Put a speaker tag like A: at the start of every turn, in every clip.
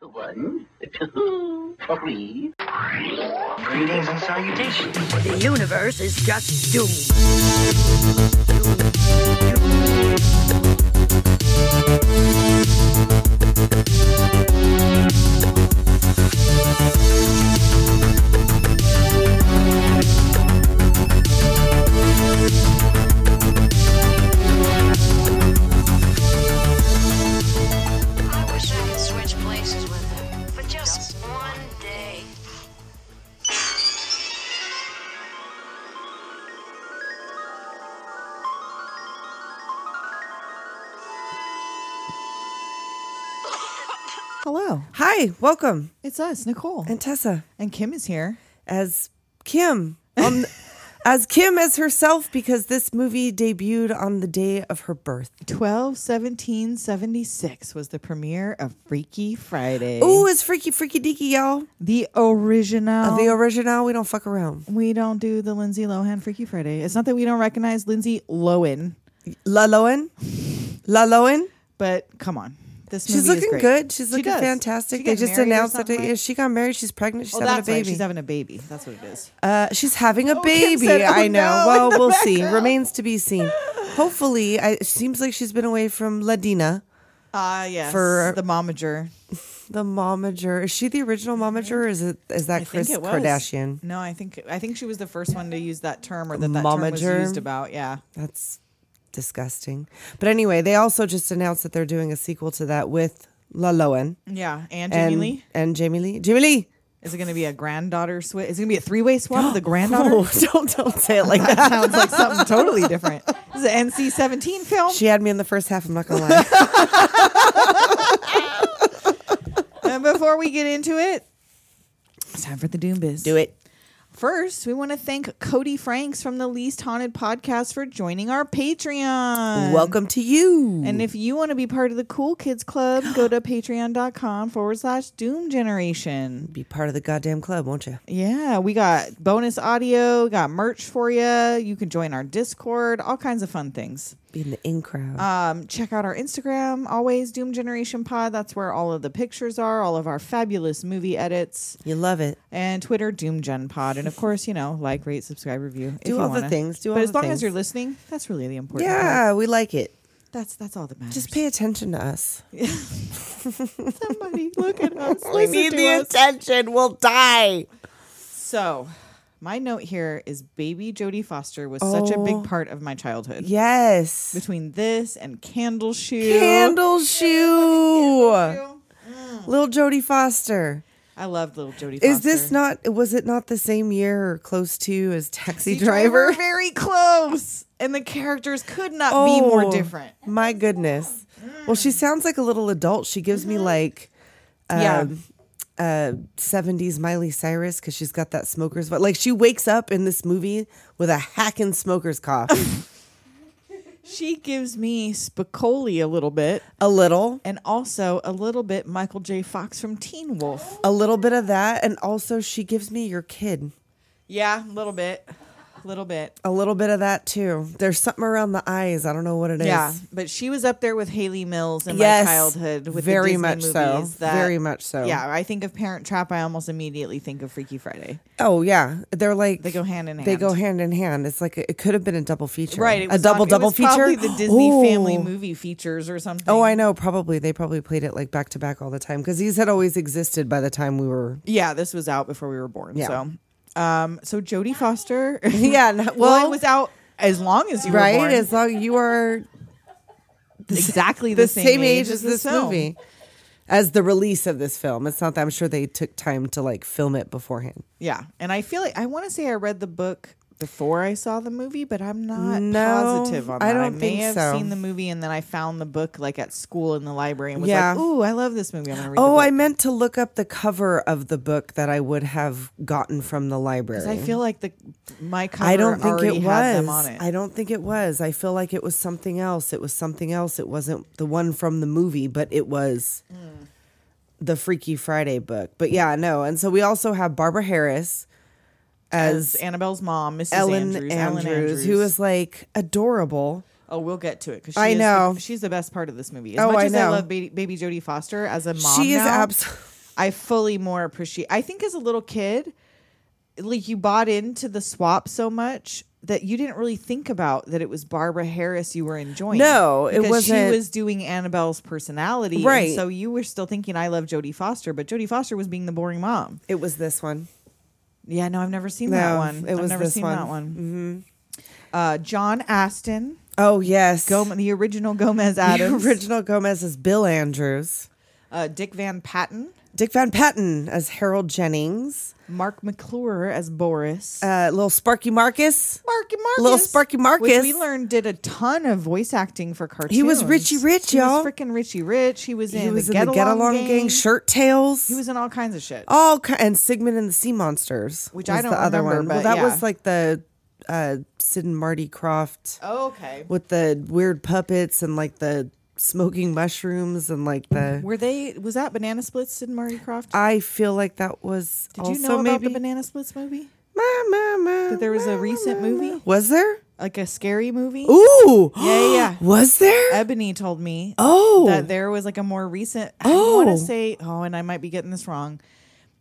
A: One, two, three.
B: Greetings and salutations.
C: The universe is just doomed.
D: I wish I could switch places with him for just one day.
E: Hello.
F: Hi, welcome.
E: It's us, Nicole. And,
F: And Tessa
E: Kim is here.
F: as Kim. Um, as Kim as herself because this movie debuted on the day of her birth.
E: 12 17 76 was the premiere of Freaky Friday.
F: Ooh, it's freaky freaky deaky, y'all.
E: the original.
F: Of the original, we don't fuck around.
E: we don't do the Lindsay Lohan Freaky Friday. It's not that we don't recognize Lindsay Lohan,
F: La Loen. La Loen.
E: but come on. This movie
F: She's
E: is
F: looking
E: great.
F: good. She's
E: She
F: looking
E: does.
F: fantastic.
E: She
F: They
E: got
F: just
E: married or
F: announced that
E: something,
F: they-
E: right?
F: she got married. She's pregnant. She's
E: Oh,
F: having a
E: that's right.
F: baby.
E: She's having a baby. That's what it is.
F: Uh, she's having a
E: Kim
F: baby.
E: said, "Oh,
F: I know.
E: no,"
F: well,
E: in the
F: we'll see.
E: background.
F: Remains to be seen. Hopefully, I, it seems like she's been away from Ladina,
E: Ah, yes.
F: For-
E: the momager.
F: the momager. Is she the original momager? Or is it is that Chris Kardashian?
E: No, I think I think she was the first one to use that term or that that term was
F: Momager.
E: used about. Yeah.
F: That's disgusting. But anyway, they also just announced that they're doing a sequel to that with La Loen
E: Yeah. And Jamie
F: and
E: Lee.
F: and Jamie Lee. Jamie Lee.
E: Is it going to be a granddaughter switch? Is it going to be a three way swap with a granddaughter?
F: Oh. don't don't say it like that.
E: That sounds like something totally different. This is an NC 17 film.
F: She had me in the first half. I'm not gonna lie.
E: And before we get into it, it's time for the Doom Biz.
F: Do it.
E: First, we want to thank Cody Franks from the Least Haunted podcast for joining our Patreon.
F: Welcome to you.
E: Uh, And if you want to be part of the Cool Kids Club, go to patreon.com forward slash Doom Generation.
F: be part of the goddamn club, won't you?
E: Yeah, we got bonus audio, got merch for you. You can join our Discord, all kinds of fun things.
F: Be in the in crowd.
E: Um, check out our Instagram, always Doom Generation Pod. That's where all of the pictures are, all of our fabulous movie edits,
F: you love it.
E: and Twitter, Doom Gen Pod. And of course, you know, like, rate, subscribe, review. if
F: Do
E: you
F: all the
E: wanna.
F: things, do all
E: but as
F: the
E: long
F: things.
E: as you're listening, that's really the important. part.
F: Yeah, we like it.
E: that's that's all that matters.
F: Just pay attention to us.
E: somebody look at us. listen to us.
F: attention. We'll die.
E: So, my note here is baby Jodie Foster was such a big part of my childhood.
F: Oh. Yes.
E: between this and Candle Shoe.
F: Candle shoe. Little Jodie Foster.
E: I love little Jodie.
F: Is this
E: Foster.
F: not? Was it not the same year or close to as Taxi,
E: The
F: Driver?
E: Very close, and the characters could not be more
F: Oh,
E: different. Mm.
F: My goodness. Well, she sounds like a little adult. She gives
E: Mm-hmm.
F: me like,
E: yeah,
F: um, uh, seventies Miley Cyrus because she's got that smoker's. But like, she wakes up in this movie with a hacking smoker's cough.
E: she gives me Spicoli a little bit,
F: a little,
E: and also a little bit Michael J. Fox from Teen Wolf.
F: a little bit of that, and also she gives me your kid.
E: Yeah, a little bit, a little bit.
F: A little bit of that too. There's something around the eyes. I don't know what it is.
E: Yeah, but she was up there with Haley Mills in
F: Yes,
E: my childhood. With the
F: very
E: Disney
F: much so,
E: movies that-
F: very much so.
E: Yeah, I think of Parent Trap. I almost immediately think of Freaky Friday.
F: Oh yeah, they're like
E: They go hand in
F: They
E: hand.
F: go hand in hand. It's like it could have been a double feature,
E: Right, it
F: a
E: was
F: double
E: on- it
F: double
E: was
F: feature.
E: Probably the Disney Family
F: Oh.
E: movie features or something.
F: Oh, I know. Probably they probably played it like back to back all the time because these had always existed by the time we were.
E: Yeah, this was out before we were born.
F: Yeah.
E: So, um, so Jodie Foster.
F: Yeah, no-
E: well,
F: well-
E: it was out as long as you
F: Right,
E: were born.
F: as long you are
E: exactly
F: the,
E: the,
F: same, age as this
E: film.
F: movie, as the release of this film. It's not that I'm sure they took time to like film it beforehand.
E: Yeah, and I feel like I want to say I read the book before I saw the movie, but I'm not
F: No,
E: positive on that.
F: I
E: I
F: don't
E: may
F: think
E: have
F: so.
E: seen the movie and then I found the book like at school in the library and was
F: Yeah.
E: like, "Ooh, I love this movie. I'm gonna read."
F: Oh,
E: the
F: I
E: book.
F: meant to look up the cover of the book that I would have gotten from the library.
E: I feel like the my cover
F: I don't think it
E: already
F: was.
E: had them on it.
F: I don't think it was. I feel like it was something else. It was something else. It wasn't the one from the movie, but it was
E: Mm.
F: the Freaky Friday book. But yeah, no. And so we also have Barbara Harris as,
E: as Annabelle's mom, Mrs.
F: Ellen,
E: Andrews,
F: Andrews,
E: Ellen Andrews,
F: who is like adorable.
E: Oh, we'll get to it because
F: I know.
E: she's the best part of this movie. As
F: Oh,
E: much
F: I
E: as I
F: know.
E: love ba- baby Jodie Foster as a mom,
F: she is
E: now,
F: absolutely.
E: I fully more appreciate. I think as a little kid, like you bought into the swap so much that you didn't really think about that it was Barbara Harris you were enjoying.
F: No, it
E: because
F: wasn't-
E: She was doing Annabelle's personality, and
F: Right.
E: so you were still thinking, "I love Jodie Foster," but Jodie Foster was being the boring mom.
F: It was this one.
E: Yeah, no, I've never seen
F: No,
E: that one.
F: it
E: I've
F: was
E: never
F: this
E: seen
F: one.
E: that one. Mm-hmm. Uh, John Aston,
F: Oh yes,
E: Gome- the original Gomez Adams,
F: The original Gomez is Bill Andrews.
E: uh, Dick Van Patten,
F: Dick Van Patten as Harold Jennings.
E: Mark McClure as Boris,
F: Uh, little Sparky Marcus.
E: Marky Marcus,
F: Little Sparky Marcus.
E: which we learned did a ton of voice acting for cartoons.
F: was Richie Rich,
E: he
F: y'all.
E: Was freaking Richie Rich. He was in
F: He was
E: the
F: in
E: Get
F: the Get Along
E: Gang. Oh.
F: Gang, Shirt Tails.
E: He was in all kinds of shit.
F: all ki- and Sigmund and the Sea Monsters,
E: Which I
F: was
E: don't
F: the other
E: remember,
F: one. well,
E: but
F: that
E: yeah.
F: was like the uh, Sid and Marty Croft
E: Oh, okay.
F: with the weird puppets and like the smoking mushrooms and like the.
E: Were they? Was that Banana Splits in Marty Croft?
F: I feel like that was
E: did
F: also
E: you know about
F: maybe.
E: the Banana Splits movie?
F: Ma, ma, ma,
E: That there was a
F: ma,
E: recent
F: ma, ma.
E: movie?
F: Was there?
E: Like a scary movie?
F: Ooh,
E: Yeah, yeah.
F: Was there?
E: Ebony told me
F: oh,
E: that there was like a more recent. I
F: Oh.
E: want to say, oh, and I might be getting this wrong,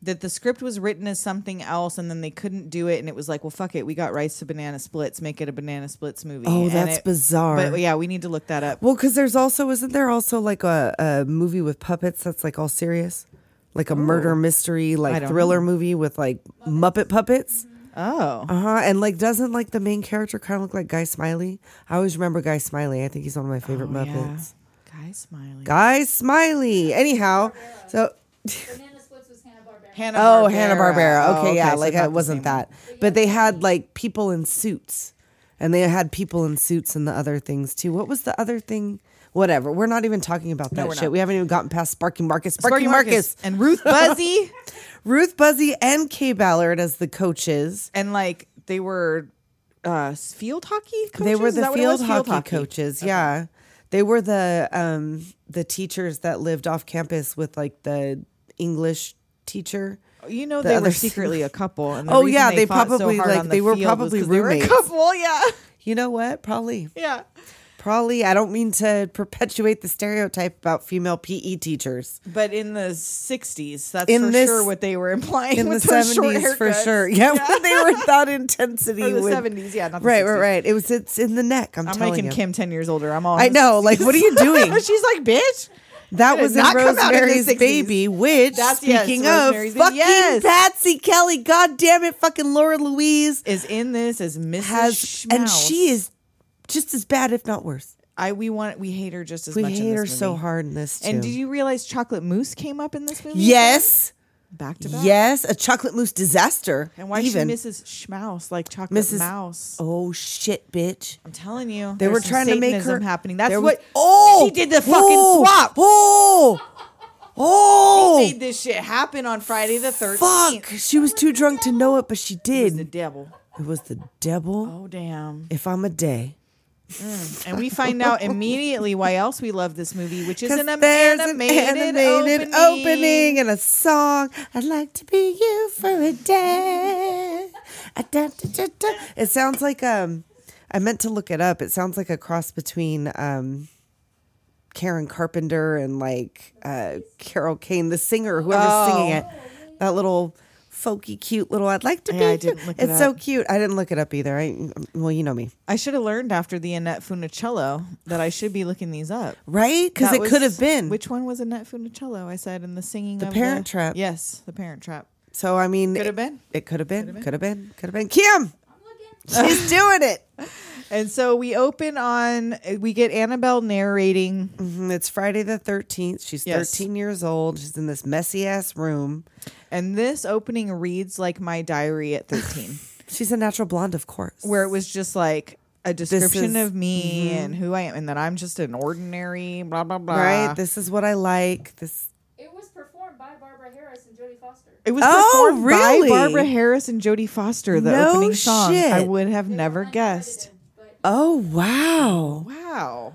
E: that the script was written as something else, and then they couldn't do it, and it was like, well, fuck it, we got rights to banana splits, make it a banana splits movie.
F: Oh,
E: And
F: that's
E: it-
F: bizarre.
E: But yeah, we need to look that up.
F: Well, because there's also isn't there also like a, a movie with puppets that's like all serious, like a murder mystery, like
E: Oh. don't
F: thriller movie with like Muppet puppets.
E: Oh,
F: Uh huh. And like, doesn't like the main character kind of look like Guy Smiley? I always remember Guy Smiley. I think he's one of my favorite
E: Oh, yeah.
F: Muppets.
E: Guy Smiley.
F: Guy Smiley. Anyhow, so
G: Banana Splits was Hannah Barbera.
E: Hanna
F: oh Hanna Barbera. Okay, yeah, like
E: I
F: it wasn't that, but they had like people in suits, and they had people in suits and the other things too. What was the other thing? Whatever. We're not even talking about that
E: we're
F: shit.
E: not.
F: We haven't even gotten past Sparky Marcus. Sparky,
E: Sparky Marcus.
F: Marcus.
E: and Ruth Buzzy,
F: Ruth Buzzy and Kay Ballard as the coaches.
E: and like they were uh field hockey. Coaches?
F: They were
E: Is
F: the
E: that what it
F: field
E: was?
F: hockey, coaches. Yeah, they were the um, the teachers that lived off campus with like the English teacher.
E: You know
F: the
E: they
F: other
E: were
F: thing.
E: secretly a couple. And the
F: Oh,
E: reason
F: yeah, they
E: fought so
F: probably,
E: hard
F: like,
E: on the
F: they were
E: field was
F: probably
E: 'cause they were a
F: roommates.
E: couple. Yeah,
F: You know what? Probably,
E: yeah.
F: probably. I don't mean to perpetuate the stereotype about female PE teachers
E: But in the '60s, that's
F: In
E: for
F: this-
E: sure what they were implying
F: in the
E: with those short
F: seventies for
E: haircuts.
F: sure. Yeah, when they were without intensity.
E: Or the
F: with-
E: 70s, yeah, not the
F: right, right,
E: 60s.
F: right. It was. It's in the neck. I'm,
E: I'm
F: telling
E: making
F: you.
E: Kim ten years older. I'm all.
F: I know. Like, what are you doing?
E: She's like, bitch.
F: That
E: Did
F: was in
E: not come out in the
F: Rosemary's
E: 60s.
F: Baby, which
E: That's- yes,
F: speaking
E: Rosemary's
F: of
E: Baby,
F: fucking
E: yes.
F: Patsy Kelly, god damn it, fucking Laura Louise
E: Is in this as Mrs.
F: has and
E: Schmaus.
F: she is just as bad, if not worse.
E: I we want we hate her just as
F: we
E: much. in
F: hate
E: this
F: her so
E: movie.
F: hard in this too.
E: And did you realize Chocolate Mousse came up in this movie?
F: Yes,
E: back to back.
F: yes, a chocolate mousse disaster.
E: And why
F: even
E: is she Mrs. Schmaus like Chocolate
F: Mrs.
E: Mouse?
F: Oh shit, bitch!
E: I'm telling you,
F: They were
E: there's some
F: trying to make
E: Satanism
F: her
E: happening. That's
F: there was-
E: what.
F: oh,
E: she did the fucking
F: oh,
E: swap.
F: Oh, oh,
E: She made this shit happen on Friday the
F: fuck!
E: thirteenth.
F: She was too drunk to know it, but she did.
E: The devil.
F: It was the devil.
E: Oh damn.
F: If I'm a day.
E: And we find out immediately why else we love this movie, which is
F: 'Cause
E: an am-
F: there's an
E: animated,
F: animated
E: opening.
F: opening and a song. I'd like to be you for a day. A da- da- da- da. It sounds like um, I meant to look it up. It sounds like a cross between um, Karen Carpenter and like uh, Carol Kane, the singer, whoever's
E: Oh.
F: singing it. That little folky, cute little. I'd like to
E: Yeah,
F: be.
E: I
F: you."
E: didn't look it
F: it's so
E: up.
F: cute. I didn't look it up either. I well, you know me,
E: I should have learned after the Annette Funicello that I should be looking these up.
F: right? Because
E: That
F: it
E: was-
F: could have been.
E: Which one was Annette Funicello? I said in the singing.
F: The
E: of
F: Parent Trap.
E: Yes, the Parent Trap.
F: So I mean,
E: Could
F: it-
E: have been.
F: It could have been. Could have been. Could have been. Kim, she's doing it.
E: And so we open on we get Annabelle narrating
F: Mhm, It's Friday the thirteenth. She's
E: Yes.
F: thirteen years old. She's in this messy ass room.
E: And this opening reads like my diary at 13,
F: She's a natural blonde, of course.
E: where it was just like a description
F: is- mm-hmm.
E: of me and who I am, and that I'm just an ordinary blah blah blah.
F: right? This is what I like. This
G: It was performed by Barbara Harris and Jodie Foster.
E: it was
F: Oh,
E: performed
F: really?
E: by Barbara Harris and Jodie Foster. The
F: No
E: opening song. I
F: shit.
E: would have never guessed.
F: oh wow,
E: Wow.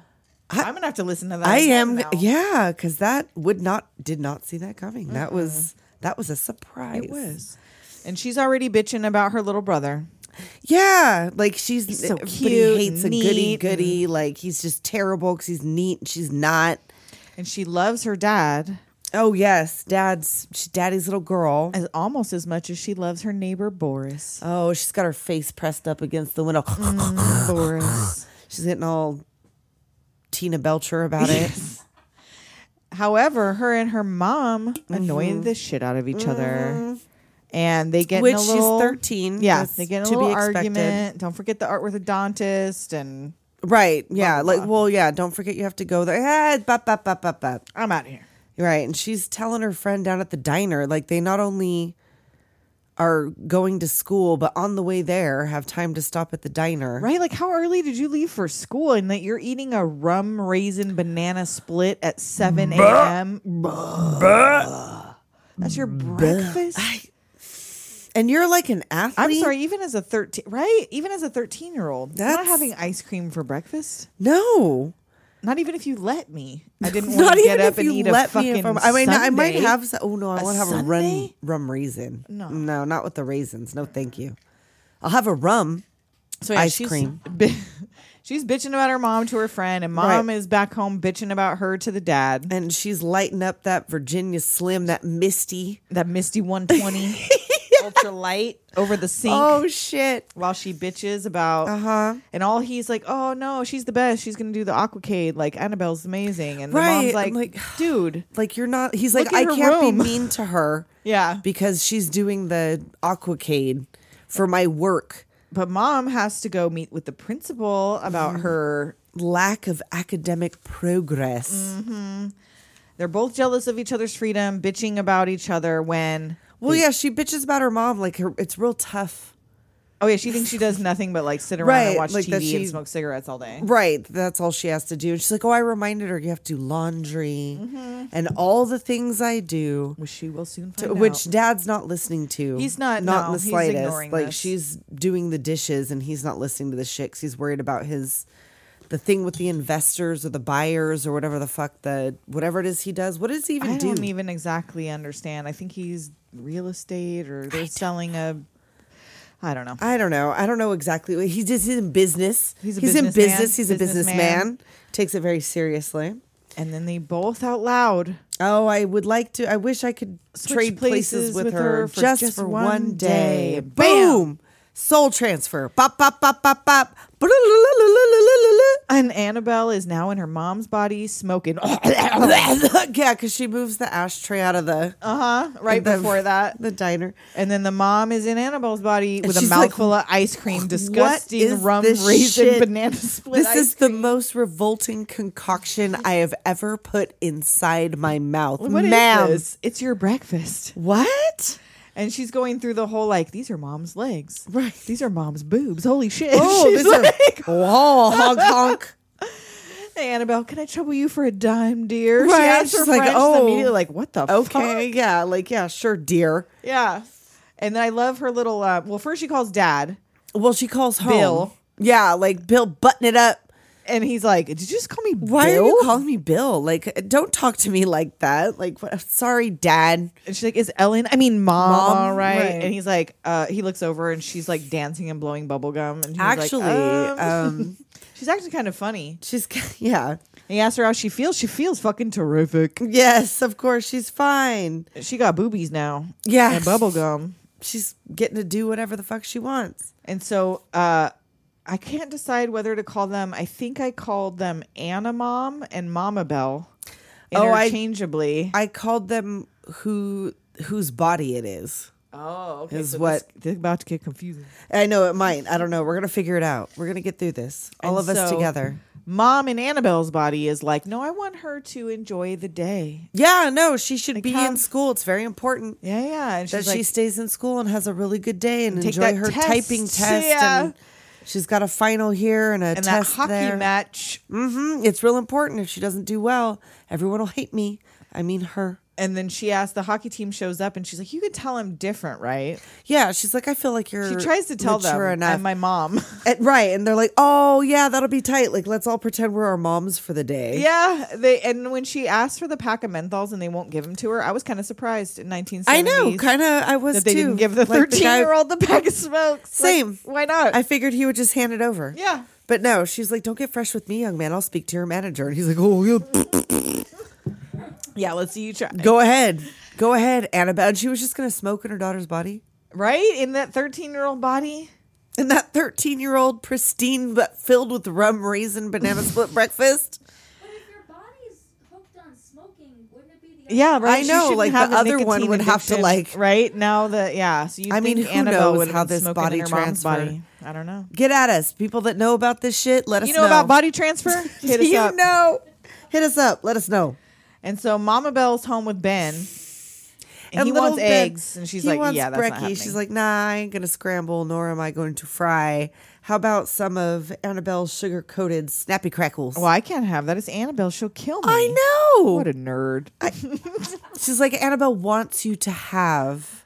E: I, am gonna have to listen to that.
F: I am
E: again now.
F: yeah, because that would not did not see that coming. That was that was a surprise.
E: It was. And she's already bitching about her little brother.
F: Yeah, like she's
E: so
F: everybody
E: cute
F: hates
E: and
F: a goody
E: neat
F: goody. Like he's just terrible because he's neat and she's not.
E: And she loves her dad.
F: Oh yes, dad's she, daddy's little girl.
E: as almost as much as she loves her neighbor Boris.
F: Oh, she's got her face pressed up against the window.
E: Mm. Boris.
F: she's getting all Tina Belcher about it.
E: However, her and her mom annoy the shit out of each other, and they get in
F: Mm-hmm. Which
E: a
F: she's
E: little,
F: 13.
E: Yeah,
F: That's
E: they get in
F: to
E: a
F: be
E: little
F: expected.
E: argument. Don't forget the art with a dentist, and
F: Right. Yeah. Like, well, yeah, don't forget you have to go there. Ah, bop, bop, bop, bop, bop.
E: I'm out of here.
F: Right. And she's telling her friend down at the diner, like, they not only are going to school, but on the way there have time to stop at the diner.
E: Right? Like, how early did you leave for school, and that you're eating a rum raisin banana split at 7 a.m. That's your breakfast.
F: And you're like an athlete.
E: I'm sorry, even as a 13, right? Even as a 13 year old, not
F: That's-
E: having ice cream for breakfast.
F: No.
E: Not even if you let me. I didn't want
F: Not
E: to
F: even
E: get up
F: if
E: and
F: you
E: eat
F: let
E: a fucking.
F: me. If I'm, I mean, I might
E: Sunday.
F: have. Some, oh no, I
E: A
F: want to have a rum
E: Sunday?
F: rum raisin.
E: No.
F: no, not with the raisins. No, thank you. I'll have a rum.
E: so,
F: ice cream.
E: bi- she's bitching about her mom to her friend, and mom
F: Right.
E: is back home bitching about her to the dad.
F: and she's lighting up that Virginia Slim, that Misty.
E: That misty 120 ultra light over the sink.
F: Oh. shit!
E: While she bitches about, uh-huh. and all he's like, "Oh no, she's the best. She's gonna do the aquacade. Like Annabelle's amazing." And the mom's
F: Right.
E: like,
F: I'm like,
E: "Dude,
F: Like you're not. He's
E: Look
F: like, I
E: at her
F: can't
E: room."
F: be mean to her.
E: Yeah.
F: because she's doing the aquacade for my work.
E: but mom has to go meet with the principal about
F: Mm-hmm.
E: her
F: Lack of academic progress.
E: Mm. they're both jealous of each other's freedom bitching about each other when
F: Well, yeah, she bitches about her mom. Like her, it's real tough.
E: oh yeah she thinks she does nothing but like sit around and
F: Right,
E: watch
F: like
E: tv
F: that
E: and
F: she-
E: smoke cigarettes all day
F: Right, that's all she has to do. And she's like, "Oh, I reminded her you have to do laundry
E: Mm-hmm.
F: and all the things I do."
E: which she will soon find
F: to,
E: out.
F: which dad's not listening to.
E: He's not-
F: not
E: no,
F: in the
E: he's
F: slightest.
E: ignoring
F: like
E: this.
F: she's doing the dishes and he's not listening to the shit 'cause he's worried about his the thing with the investors or the buyers or whatever the fuck the whatever it is he does. What does he even
E: i
F: do?
E: don't even exactly understand i think he's real estate or they're selling a i don't know
F: I don't know. I don't know exactly. what- He's just he's in business.
E: He's a
F: in
E: businessman.
F: business. He's a
E: Businessman.
F: businessman. Takes it very seriously.
E: and then they both out loud
F: Oh, I would like to. I wish I could
E: Switch
F: trade places,
E: places
F: with,
E: with
F: her,
E: her for
F: just,
E: just
F: for
E: one
F: one
E: day.
F: day.
E: Bam!
F: Boom! Soul transfer. Bop, bop, bop, bop, bop. Ba-da-la-la-la-la-la-la-la.
E: and annabelle is now in her mom's body smoking
F: yeah, because she moves the ashtray out of the
E: uh-huh right
F: the-
E: before that
F: the diner.
E: And then the mom is in Annabelle's body with a
F: she's like,
E: mouthful of ice cream, disgusting
F: is
E: rum
F: this
E: raisin
F: shit?
E: banana split.
F: This
E: ice
F: is the most revolting concoction I have ever put inside my mouth.
E: cream. What is
F: Ma'am.
E: this? It's your breakfast.
F: What?
E: And she's going through the whole like, these are mom's legs.
F: Right.
E: These are mom's boobs. Holy shit.
F: Oh,
E: She's
F: these are-
E: like,
F: Oh, honk honk.
E: hey, Annabelle, can I trouble you for a dime, dear?
F: Right.
E: She asks
F: She's
E: her
F: like,
E: friend, she's
F: "Oh,
E: immediately like, what the fuck?
F: Okay, yeah, like yeah, sure, dear.
E: Yeah. And then I love her little, uh, well, first she calls dad.
F: Well, she calls home.
E: Bill.
F: Yeah, like Bill, button it up.
E: And he's like, did you just call me
F: Why
E: Bill?
F: are you calling me Bill? Like, don't talk to me like that. Like, what, sorry, Dad.
E: And she's like, "Is Ellen? I mean, mom,
F: Mom,
E: all right?"
F: right.
E: And he's like, uh, he looks over and she's like dancing and blowing bubble gum. And he's
F: Actually,
E: like, um,
F: um,
E: she's actually kind of funny.
F: she's yeah,
E: And he asks her how she feels. She feels fucking terrific.
F: yes, of course, she's fine.
E: She got boobies now.
F: Yeah.
E: and bubble gum.
F: She's getting to do whatever the fuck she wants.
E: And so, uh, I can't decide whether to call them. I think I called them Anna Mom and Mama Bell
F: Oh, I-
E: interchangeably.
F: I called them who whose body it is.
E: oh, okay.
F: Is
E: so
F: what-
E: this- they're about to get confusing.
F: I know it might. I don't know. We're gonna figure it out. We're gonna get through this, all
E: And
F: of us
E: so,
F: together.
E: Mom in Annabelle's body is like, no, I want her to enjoy the day.
F: Yeah, no, she should be in
E: have-
F: school. It's very important.
E: Yeah, yeah. And
F: that
E: she's like,
F: she stays in school and has a really good day and
E: Take
F: enjoy
E: that
F: her
E: test.
F: typing test.
E: Yeah.
F: And she's got a final here and a
E: and that
F: test
E: hockey
F: there.
E: match.
F: hmm It's real important. If she doesn't do well, everyone will hate me. I mean her.
E: And then she asked, the hockey team shows up and she's like, You could tell I'm different, right?
F: Yeah, she's like, I feel like you're.
E: She tries to tell them,
F: mature enough.
E: I'm my mom.
F: And- right, and they're like, "Oh yeah, that'll be tight. Like, let's all pretend we're our moms for the day."
E: yeah. they And when she asked for the pack of menthols and they won't give them to her, I was kind of surprised in 1970s.
F: I know. Kind of, I was
E: That they
F: too.
E: didn't give the
F: Like, guy-
E: 13 year old the pack of smokes. Like,
F: Same.
E: why not?
F: I figured he would just hand it over.
E: Yeah.
F: But no, she's like, don't get fresh with me, young man. I'll speak to your manager. And he's like, oh, yeah.
E: Yeah, let's see you try.
F: Go ahead. Go ahead, Annabelle. And she was just going to smoke in her daughter's body.
E: Right? In that 13 year old body?
F: And that 13 year old, pristine but filled with rum, raisin, banana split breakfast.
G: But if your body's hooked on smoking, wouldn't it be the other
E: Yeah, right.
F: I
E: She
F: know,
E: shouldn't
F: like,
E: have
F: the
E: a
F: other one
E: nicotine
F: would have to,
E: addiction,
F: like-
E: right now the yeah. So you
F: I mean,
E: think
F: who
E: Annabelle
F: knows
E: would have
F: how
E: been
F: this
E: smoking
F: body
E: in her mom's
F: transfer-
E: body. I don't know.
F: Get at us. People that know about this shit, let
E: you
F: us
E: know,
F: know.
E: about body transfer? Hit
F: Do
E: us
F: you
E: up.
F: know? Hit us up. Let us know.
E: And so Mama Belle's home with Ben, and, he
F: little
E: wants
F: Ben-
E: eggs, and she's
F: he
E: like,
F: wants
E: "Yeah, that's not
F: brekkie."
E: happening."
F: She's like, nah, I ain't gonna scramble, nor am I going to fry. How about some of Annabelle's sugar coated snappy crackles?
E: "Well, Oh, I can't have that. It's Annabelle. She'll kill me."
F: I know.
E: What a nerd.
F: She's like, Annabelle wants you to have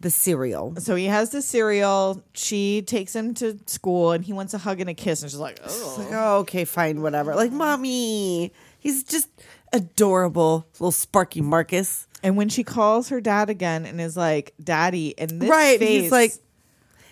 F: the cereal.
E: so he has the cereal. She takes him to school, and he wants a hug and a kiss, and she's like,
F: It's like,
E: "Oh."
F: oh, okay, fine, whatever. Like, mommy, he's just adorable, little Sparky Marcus.
E: And when she calls her dad again, and is like, "Daddy," and this
F: right?
E: face,
F: He's like,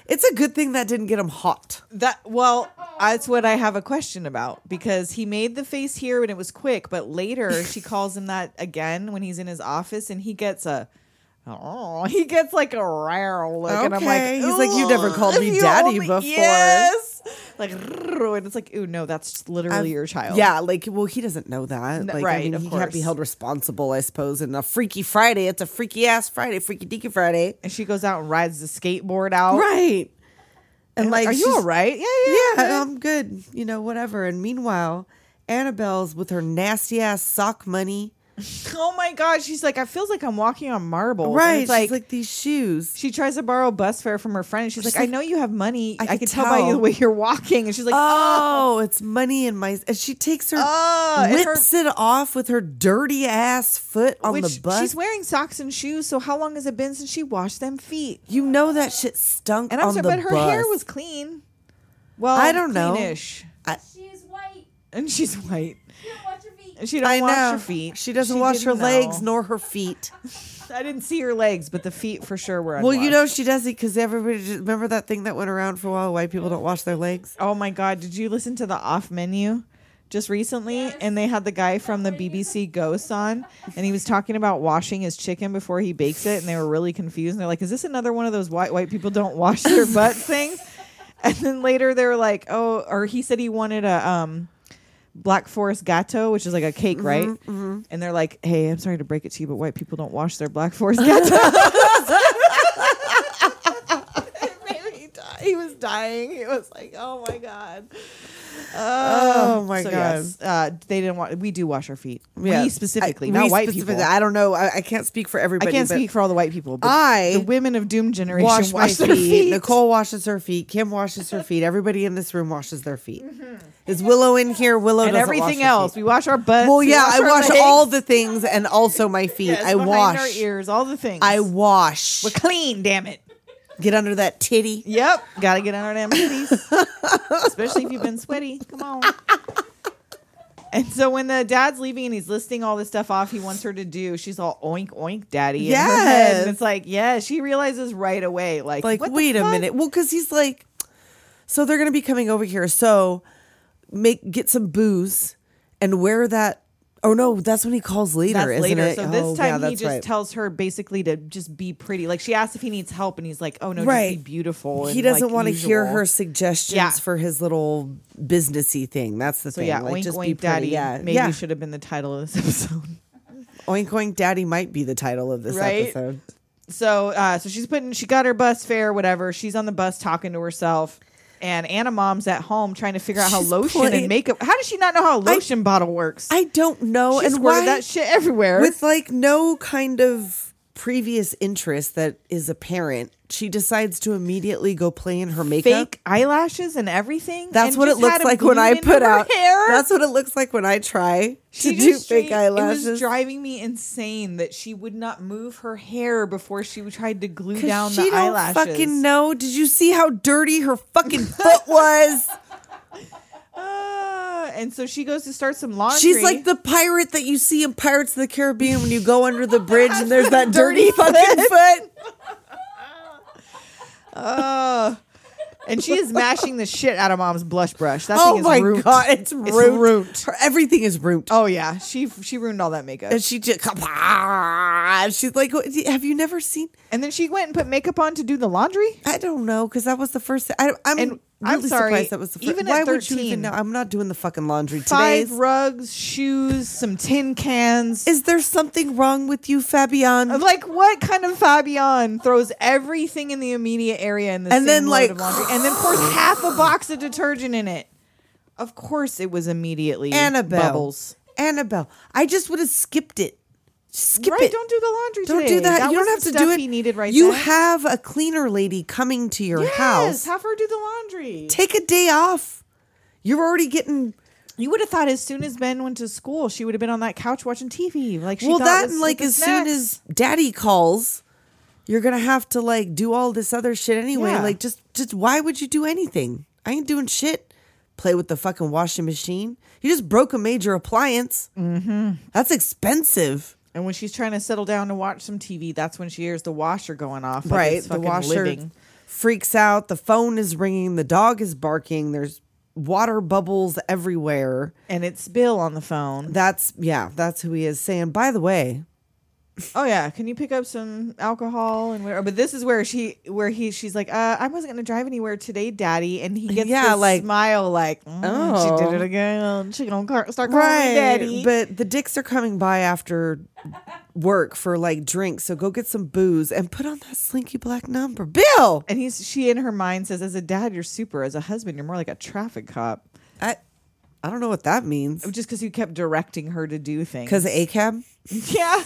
F: it's a good thing that didn't get him hot.
E: That well, that's what I have a question about because he made the face here and it was quick, but later she calls him that again when he's in his office and he gets a oh he gets like a rare look and I'm like
F: Okay. He's like, "You never
E: "Ugh,
F: called
E: if
F: me
E: you
F: daddy
E: only-"
F: before."
E: yes like and it's like ooh no that's literally
F: I've-
E: your child
F: Yeah, like, well, he doesn't know that.
E: No,
F: like, I
E: right,
F: mean,
E: of
F: he can't be
E: course.
F: held responsible, I suppose. And a Freaky Friday, it's a freaky ass Friday, Freaky Deaky Friday.
E: and she goes out and rides the skateboard out
F: Right. And, like,
E: Oh. are you
F: she's-
E: all right yeah yeah
F: Yeah,
E: good.
F: I'm good. You know, whatever. And meanwhile, Annabelle's with her nasty ass sock money.
E: oh my god she's like I feels like I'm walking on marble
F: Right.
E: it's
F: She's
E: like
F: like these shoes.
E: She tries to borrow bus fare from her friend. And she's, like, I know you have money.
F: I
E: I,
F: could
E: can tell by
F: tell."
E: the way you're walking. And she's like, oh.
F: Oh, it's money in my. And she takes her,
E: Oh, and her-
F: whips it off with her dirty ass foot on
E: Which
F: the bus.
E: she's wearing socks and shoes. So how long has it been since she washed them feet?
F: you know that shit stunk
E: And I'm
F: on
E: sorry,
F: the
E: but her
F: bus.
E: hair was clean. Well,
F: I don't know.
E: cleanish.
G: She is white.
E: And she's white.
G: You don't watch your feet.
E: And she don't
F: I
E: wash
F: know.
E: her feet.
F: She doesn't wash her
E: didn't
F: legs
E: know.
F: nor her feet.
E: I didn't see her legs, but the feet for sure were.
F: Well, you know
E: unwashed.
F: she doesn't because everybody just, remember that thing that went around for a while. White people don't wash their legs.
E: Oh my God! Did you listen to the off menu just recently? And they had the guy from the BBC Ghosts on, and he was talking about washing his chicken before he bakes it, and they were really confused. And they're like, "Is this another one of those white white people don't wash their butt things?" And then later they were like, "Oh," or he said he wanted a um. Black Forest Gatto, which is like a cake,
F: Mm-hmm,
E: right? And they're like, "Hey, I'm sorry to break it to you, but white people don't wash their Black Forest Gatto." he, di- he was dying. He was like, "Oh my god." Um,
F: Oh my
E: so
F: god!
E: yes, uh, they didn't want. We do wash our feet.
F: Yeah.
E: We specifically,
F: I-
E: not
F: we
E: white
F: specifically-
E: people. I,
F: I don't know. I, I can't speak for everybody.
E: can't
F: but
E: speak for all the white people. But
F: I
E: the women of Doom generation
F: Wash
E: wash,
F: my
E: their feet.
F: feet. Nicole washes her feet. Kim washes her feet. Everybody in this room washes their feet. Is Willow in here? Willow
E: Mm-hmm. and
F: doesn't wash
E: everything
F: her
E: else.
F: feet.
E: We wash our butts.
F: Well,
E: we
F: yeah, I
E: our
F: wash
E: legs,
F: all the things and also my feet.
E: yes,
F: I
E: behind our
F: wash.
E: ears, all the things.
F: I wash.
E: we're clean. Damn it.
F: Get under that titty.
E: Yep, gotta get under them titties, especially if you've been sweaty. Come on. And so when the dad's leaving and he's listing all this stuff off he wants her to do, she's all oink oink daddy in her head.
F: Yes.
E: And it's like, yeah, she realizes right away, like,
F: Like,
E: what the
F: wait a
E: fuck?
F: minute. Well, because he's like, so they're gonna be coming over here. So make get some booze and wear that. Oh no, that's when he calls later,
E: That's
F: isn't
E: later.
F: it?
E: So
F: Oh,
E: this
F: yeah,
E: time he
F: that's
E: just
F: right.
E: tells her basically to just be pretty. Like she asks if he needs help, and he's like, "Oh no,
F: Right.
E: just be beautiful."
F: He
E: and,
F: doesn't
E: like,
F: want to hear
E: usual."
F: her suggestions
E: Yeah.
F: for his little businessy thing. That's the
E: So
F: thing.
E: yeah,
F: like,
E: oink
F: just
E: oink
F: be pretty.
E: daddy.
F: Yeah,
E: Maybe
F: yeah.
E: should have been the title of this episode.
F: Oink Oink Daddy might be the title of this
E: Right?
F: episode.
E: so uh so she's putting she got her bus fare whatever she's on the bus talking to herself and anna mom's at home trying to figure out how
F: She's
E: lotion
F: playing-
E: and makeup how does she not know how a lotion bottle works
F: I don't know.
E: she
F: and
E: squirted
F: why
E: that shit everywhere
F: with like no kind of previous interest that is apparent, she decides to immediately go play in her makeup.
E: fake eyelashes and everything
F: That's
E: and
F: what it
E: just had
F: looks
E: a
F: like when I
E: balloon
F: put
E: in her
F: out.
E: hair.
F: That's what it looks like when I try
E: She
F: to do
E: just
F: fake
E: straight- It was
F: eyelashes.
E: driving me insane that she would not move her hair before she tried to glue
F: 'Cause
E: down
F: she
E: the
F: don't
E: eyelashes.
F: fucking know. Did you see how dirty her fucking foot was?
E: Ah, and so she goes to start some laundry.
F: She's like the pirate that you see in Pirates of the Caribbean when you go under the bridge and there's that dirty
E: Dirty
F: fucking foot.
E: Oh. and she is mashing the shit out of mom's blush brush. That
F: oh
E: thing is
F: my
E: root.
F: god, it's root.
E: It's root.
F: Her, everything is root.
E: Oh yeah, she she ruined all that makeup.
F: And she just she's like, "What- have you never seen?
E: And then she went and put makeup on to do the laundry.
F: I don't know because that was the first. I, I'm
E: And I'm
F: really
E: sorry,
F: surprised that was the first.
E: even at
F: Why would you
E: 13?
F: even know? I'm not doing the fucking laundry today.
E: Five rugs, shoes, some tin cans.
F: Is there something wrong with you, Fabian?
E: like what kind of Fabian throws everything in the immediate area in the
F: And
E: same
F: then,
E: load
F: like-
E: of laundry and then pours half a box of detergent in it? Of course, it was immediately
F: Annabelle.
E: bubbles.
F: Annabelle, I just would have skipped it. Skip
E: right,
F: it.
E: don't do the laundry.
F: Don't
E: today.
F: do that. you
E: was
F: don't have to
E: the
F: do
E: stuff
F: it.
E: He needed right.
F: you
E: then.
F: have a cleaner lady coming to your
E: yes,
F: house.
E: Have her do the laundry.
F: Take a day off. You're already getting
E: You would have thought as soon as Ben went to school, she would have been on that couch watching TV. Like she
F: well.
E: thought
F: That
E: was
F: and
E: with
F: like
E: the
F: as
E: snacks.
F: soon as Daddy calls, you're gonna have to like do all this other shit anyway.
E: Yeah.
F: Like just just why would you do anything? I ain't doing shit. Play with the fucking washing machine. You just broke a major appliance. Mm-hmm. That's expensive.
E: and when she's trying to settle down to watch some TV, that's when she hears the washer going off. Like,
F: right
E: it's
F: the
E: fucking
F: washer
E: living.
F: freaks out the phone is ringing the dog is barking there's water bubbles everywhere
E: and it's Bill on the phone.
F: that's yeah that's who he is saying by the way
E: Oh yeah, can you pick up some alcohol and where? But this is where she, where he, she's like, uh, I wasn't gonna drive anywhere today, Daddy, and he gets
F: Yeah,
E: this
F: like,
E: smile, like, oh, she did it again. She gonna car- start calling me Daddy.
F: but the dicks are coming by after work for like drinks so go get some booze and put on that slinky black number bill
E: and he's she in her mind says, as a dad, you're super. As a husband, you're more like a traffic cop.
F: i i don't know what that means
E: Just because you kept directing her to do things.
F: because acab
E: yeah.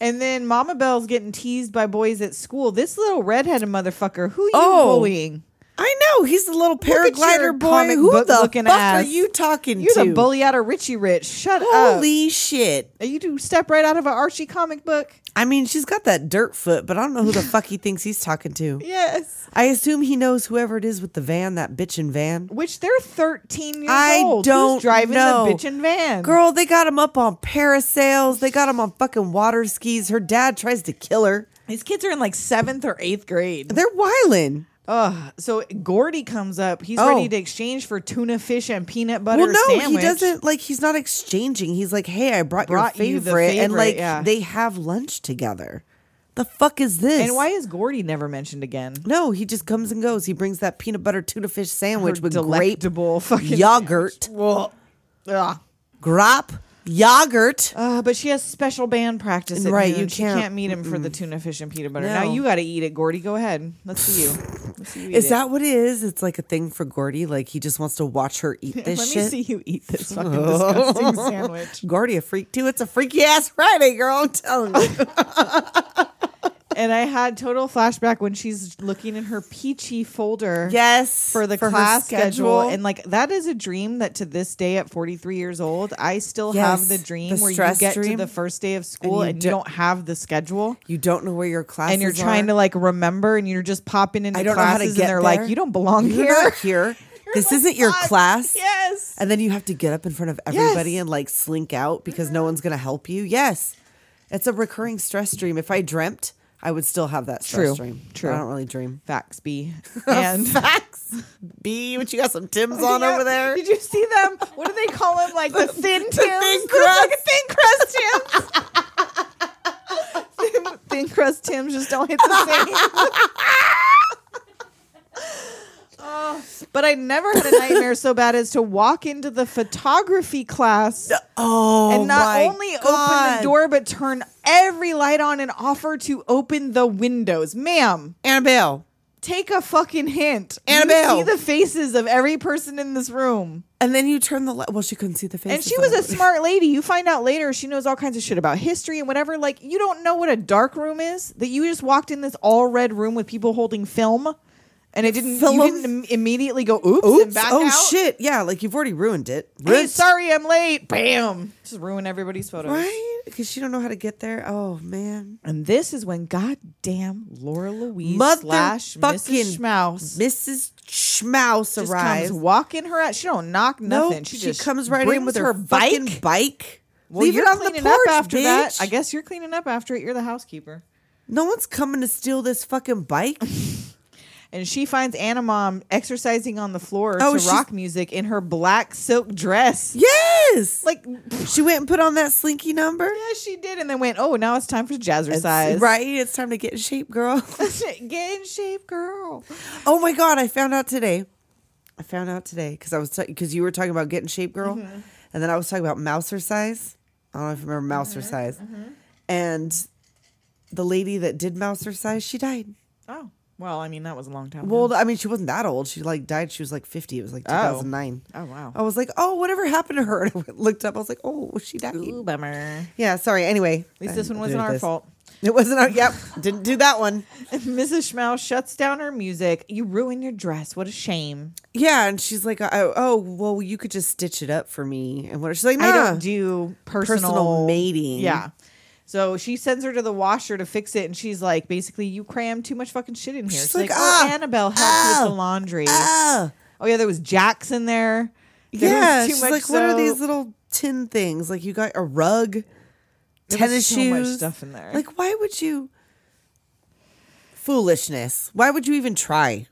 E: And then Mama Bell's getting teased by boys at school. This little redheaded motherfucker, who you
F: Oh.
E: bullying?
F: i know he's the little
E: at your
F: paraglider boy
E: comic
F: who
E: book
F: the fuck
E: looking
F: are
E: ass.
F: you talking
E: You're
F: to
E: the bully out of Richie Rich. Shut up.
F: holy shit
E: You do step right out of an Archie comic book.
F: I mean, she's got that dirt foot, but I don't know who the fuck he thinks he's talking to.
E: Yes.
F: I assume he knows whoever it is with the van, that bitchin' van.
E: Which they're 13 years
F: I
E: old.
F: don't
E: Who's driving
F: know.
E: the bitchin' van.
F: Girl, they got him up on parasails. They got him on fucking water skis. Her dad tries to kill her.
E: These kids are in like seventh or eighth grade.
F: They're wildin'.
E: Ugh. So Gordy comes up. He's
F: Oh.
E: ready to exchange for tuna fish and peanut butter
F: Well, no, he
E: sandwich.
F: doesn't. Like, he's not exchanging. He's like, hey, I brought,
E: Brought
F: your
E: you the
F: favorite. And,
E: favorite,
F: like,
E: yeah.
F: they have lunch together. The fuck is this?
E: And why is Gordy never mentioned again?
F: No, he just comes and goes. He brings that peanut butter tuna fish sandwich
E: Her
F: with grape
E: delectable fucking
F: yogurt.
E: Well, ugh.
F: Grop yogurt.
E: Uh, but she has special band practice. At
F: Right,
E: noon.
F: you
E: She
F: can't-
E: can't meet him for the tuna fish and peanut butter. Now
F: No.
E: you got to eat it, Gordy. Go ahead. Let's see you. Let's see you eat
F: Is
E: it.
F: that what it is? It's like a thing for Gordy. Like he just wants to watch her eat this
E: Let
F: shit.
E: me see you eat this fucking disgusting sandwich.
F: Gordy a freak too. It's a freaky ass Friday, girl. I'm telling you.
E: And I had total flashback when she's looking in her peachy folder
F: yes.
E: for the
F: her
E: class schedule. And like that is a dream that to this day at 43 years old, I still have
F: Yes,
E: the dream
F: the
E: where you
F: stress
E: get to
F: dream.
E: the first day of school
F: you
E: and, you
F: do-
E: don't have the schedule.
F: you don't know where your class
E: And you're trying to like remember, and you're just popping into
F: I don't know how
E: classes,
F: to get
E: and they're
F: there.
E: like, "You don't belong
F: You're
E: here."
F: not here. this isn't your
E: "Fuck,
F: class.
E: Yes.
F: And then you have to get up in front of everybody
E: Yes.
F: and like slink out because no one's gonna help you. Yes. It's a recurring stress dream. If I dreamt, I would still have that stress
E: True,
F: dream.
E: true.
F: I don't really dream.
E: Facts B. And
F: Facts. B, what you got some Tim's on
E: Yeah.
F: over there?
E: Did you see them? What do they call them? Like the thin Tims?
F: thin
E: It's Like a thin crust Tims. thin, thin crust Tims just don't hit the same. Oh, But I never had a nightmare so bad as to walk into the photography class
F: Oh,
E: and not
F: my
E: only open
F: God.
E: the door but turn every light on and offer to open the windows. Ma'am,
F: Annabelle.
E: take a fucking hint. You
F: Annabelle.
E: see the faces of every person in this room.
F: And then you turn the light. Well, she couldn't see the face.
E: And she was a smart lady. You find out later she knows all kinds of shit about history and whatever. Like you don't know what a dark room is. That you just walked in this all red room with people holding film, and it didn't.
F: Film?
E: You didn't im- immediately go oops, and
F: Oops!
E: back
F: Oh
E: out.
F: shit! Yeah, like you've already ruined it.
E: Hey,
F: Ruined-
E: sorry, I'm late. Bam! Just ruin everybody's photos.
F: right? Because she don't know how to get there. Oh man,
E: And this is when goddamn Laura Louise slash Mrs.
F: Motherfucking
E: Schmaus
F: Mrs. Schmaus
E: just
F: arrives.
E: comes walking her out. She don't knock
F: no,
E: nothing. she,
F: she
E: just
F: comes right
E: brings
F: in with
E: her,
F: her, fucking
E: bike.
F: bike.
E: Well,
F: Leave
E: you're
F: it on the
E: cleaning
F: porch,
E: up after that.
F: bitch.
E: I guess you're cleaning up after it. You're the housekeeper.
F: no one's coming to steal this fucking bike.
E: and she finds Anna Mom exercising on the floor
F: Oh,
E: to
F: she's-
E: rock music in her black silk dress.
F: Yes.
E: Like,
F: she went and put on that slinky number.
E: yeah, she did, and then went, "Oh, now it's time for
F: It's-
E: jazzercise."
F: Right? It's time to get in shape, girl.
E: Get in shape, girl.
F: oh my God. I found out today. I found out today because I was because you were talking about get in shape, girl.
E: Mm-hmm.
F: And then I was talking about mouser size. I don't know if you remember mouser
E: Mm-hmm.
F: size. And the lady that did mouser size, she died.
E: Oh, well, I mean, that was a long time. ago.
F: Well, I mean, she wasn't that old. She like died. She was like 50. It was like 2009.
E: Mm-hmm. Oh, wow.
F: I was like, oh, whatever happened to her? And I went- looked up. I was like, oh, she died.
E: Ooh, bummer. At
F: Yeah, sorry. Anyway, at
E: least this one wasn't our fault.
F: It wasn't our. Yep, didn't do that one.
E: Mrs. Schmau shuts down her music. You ruined your dress. What a shame.
F: Yeah, and she's like, oh, oh, well, you could just stitch it up for me. And what? She's like, nah.
E: I don't do personal,
F: Personal mating.
E: Yeah. So she sends her to the washer to fix it, and she's like, basically, you crammed too much fucking shit in here.
F: She's
E: She's,
F: like,
E: like,
F: "Ah,
E: oh, Annabelle helped with
F: ah,
E: the laundry.
F: Ah.
E: oh yeah, there was Jack's in there. There was
F: yeah.
E: too
F: She's
E: much
F: like, what are these
E: soap."
F: little tin things? Like, you got a rug,
E: There was
F: tennis
E: so much
F: shoes,
E: stuff in there.
F: Like, why would you? Foolishness. Why would you even try?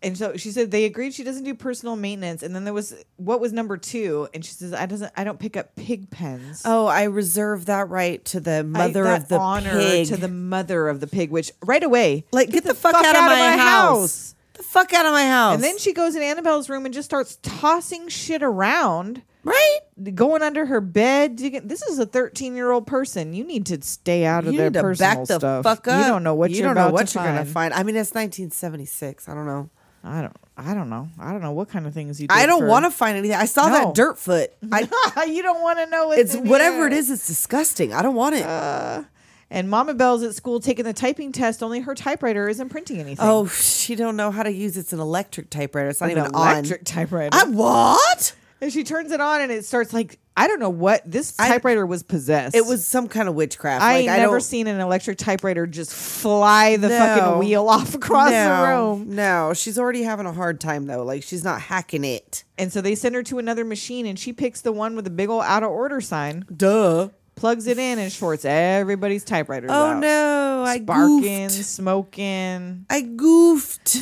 E: And so she said they agreed she doesn't do personal maintenance. And then there was what was number two, and she says I doesn't I don't pick up pig pens.
F: Oh, I reserve that right to the
E: I-
F: mother
E: that
F: of the
E: honor
F: pig.
E: to the mother of the pig, which right away,
F: like, get, the, fuck, out, of my, house. The fuck out of my house.
E: And then she goes in Annabelle's room and just starts tossing shit around,
F: right?
E: going under her bed. digging- This is a 13 year old person. You need to stay out of
F: you
E: their
F: need to
E: personal
F: back the
E: stuff.
F: fuck up.
E: You don't know what
F: you
E: are
F: don't know
E: about
F: what
E: to
F: you're
E: find.
F: gonna find. I mean, it's 1976. I don't know.
E: I don't. I don't know. I don't know what kind of things you.
F: I don't want to find anything. I saw
E: No.
F: that dirt foot. I,
E: to. you don't want to know. What's
F: it's
E: in
F: whatever
E: here.
F: it is. It's disgusting. I don't want it.
E: Uh, And Mama Belle's at school taking the typing test. Only her typewriter isn't printing anything.
F: oh, she don't know how to use. It's an electric typewriter. It's not
E: an
F: even
E: electric
F: on.
E: typewriter.
F: I, what?
E: and she turns it on, and it starts like I don't know what this
F: I-
E: typewriter was possessed.
F: It was some kind of witchcraft.
E: I
F: like,
E: ain't
F: I
E: never
F: don't,
E: seen an electric typewriter just fly the
F: No.
E: fucking wheel off across
F: no,
E: the room.
F: No, she's already having a hard time though. Like she's not hacking it.
E: And so they send her to another machine, and she picks the one with the big old out of order sign,
F: Duh.
E: plugs it in, and shorts everybody's typewriters.
F: Oh
E: out.
F: no! I
E: Barking,
F: goofed.
E: smoking.
F: I goofed.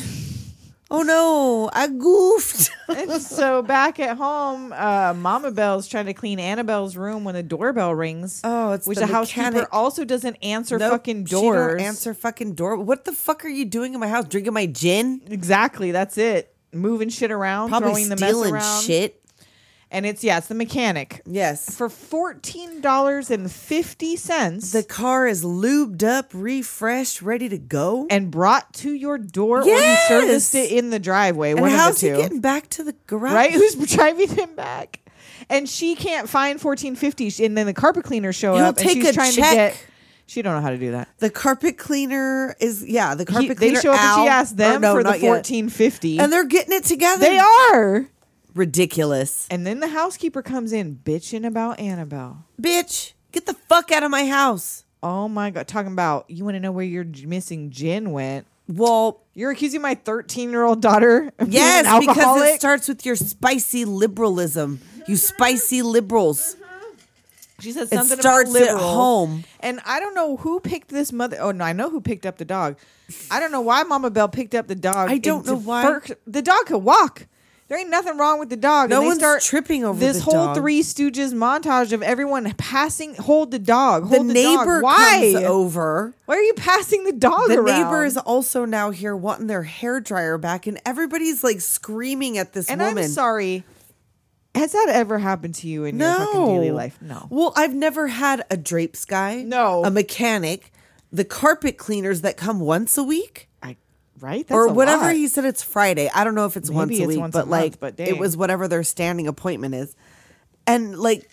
F: Oh no, I goofed.
E: and so back at home, uh, Mama Belle's trying to clean Annabelle's room when the doorbell rings.
F: Oh, it's
E: which
F: the
E: the, housekeeper
F: mechanic.
E: also doesn't answer
F: Nope,
E: fucking
F: she don't
E: doors.
F: answer fucking door. What the fuck are you doing in my house? Drinking my gin?
E: Exactly, that's it. Moving shit around,
F: Probably
E: throwing the mess
F: stealing
E: around.
F: shit.
E: And it's yeah, it's the mechanic.
F: Yes.
E: For fourteen dollars and fifty cents
F: The car is lubed up, refreshed, ready to go.
E: and brought to your door
F: Yes!
E: or you serviced it in the driveway.
F: And
E: one
F: how's he
E: of the two.
F: getting back to the garage?
E: right? Who's driving him back? And she can't find fourteen fifty. And then the carpet cleaners show
F: He'll
E: up, and
F: take
E: she's
F: a
E: trying
F: check.
E: to get. She don't know how to do that.
F: The carpet cleaner is yeah. The
E: He-
F: carpet
E: they
F: cleaner.
E: show up and
F: Al-
E: she asks
F: or
E: them
F: no,
E: for the
F: not yet.
E: fourteen fifty,
F: and they're getting it together.
E: they are.
F: ridiculous,
E: And then the housekeeper comes in bitching about Annabelle.
F: bitch. Get the fuck out of my house.
E: Oh my god, talking about you want to know where your j- missing gin went.
F: Well,
E: You're accusing my 13 year old daughter of
F: Yes,
E: being an
F: because
E: alcoholic.
F: it starts with your spicy liberalism. You spicy liberals.
E: she says
F: it
E: something
F: starts
E: about
F: at
E: liberals.
F: home.
E: and I don't know who picked this mother. Oh no, I know who picked up the dog. I don't know why Mama Bell picked up the dog.
F: I don't
E: and
F: know
E: to
F: why.
E: fir- the dog could walk. There ain't nothing wrong with the dog.
F: No
E: and they
F: one's
E: start
F: tripping over
E: this
F: the
E: whole
F: dog.
E: Three Stooges montage of everyone passing. Hold the dog. Hold
F: the
E: the,
F: neighbor
E: Dog. Why?
F: comes over.
E: Why are you passing the dog
F: The
E: around?
F: neighbor is also now here wanting their hair dryer back, and everybody's like screaming at this
E: And
F: woman.
E: I'm sorry. Has that ever happened to you in your fucking daily life? No.
F: Well, I've never had a drapes guy.
E: No.
F: A mechanic, the carpet cleaners that come once a week.
E: I right
F: or whatever
E: He's.
F: he said it's Friday. I don't know if it's once a
E: it's
F: week,
E: once a
F: but
E: month,
F: like
E: but
F: it
E: dang.
F: was whatever their standing appointment is. And like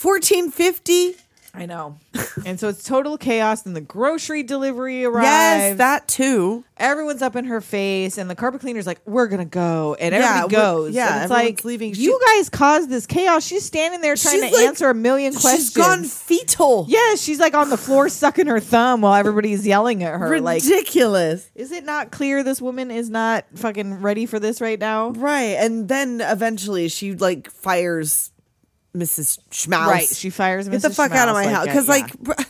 F: 1450?
E: I know. and so it's total chaos. And the grocery delivery arrives.
F: Yes, that too.
E: Everyone's up in her face, and the carpet cleaner's like, "We're gonna go," and
F: Yeah,
E: everybody
F: we're-
E: goes.
F: yeah,
E: and it's
F: everyone's
E: like
F: leaving.
E: You
F: She-
E: guys caused this chaos. She's standing there trying
F: She's,
E: to
F: like-
E: answer a million questions.
F: She's gone fetal.
E: Yes, she's like on the floor sucking her thumb while everybody's yelling at her. Like,
F: Ridiculous.
E: is it not clear this woman is not fucking ready for this right now?
F: right. And then eventually she like fires Mrs. Schmaus.
E: Right. She fires Mrs.
F: Get the fuck out of
E: Schmaus
F: my house.
E: that,
F: Because
E: yeah.
F: like, bruh,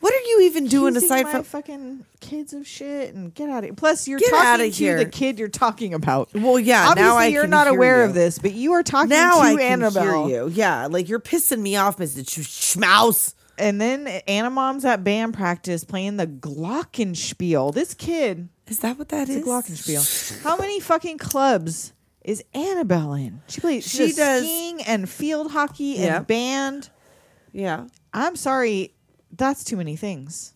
F: what are you even doing
E: accusing
F: aside
E: my
F: from?
E: fucking kids of shit and get out of here. Plus, you're
F: Get outta
E: talking to
F: here.
E: the kid you're talking about.
F: Well, yeah.
E: Obviously,
F: now I
E: you're
F: can
E: not
F: hear
E: aware of
F: you.
E: this, but you are talking
F: Now
E: to
F: I can
E: Annabelle.
F: hear you. Yeah, like you're pissing me off, Mister Ch- Schmouse.
E: And then Anna Mom's at band practice playing the Glockenspiel. This kid,
F: Is that what that is?
E: the Glockenspiel. How many fucking clubs is Annabelle in? She plays.
F: She
E: She does
F: does-
E: skiing and field hockey
F: Yeah.
E: and band.
F: Yeah.
E: I'm sorry, that's too many things.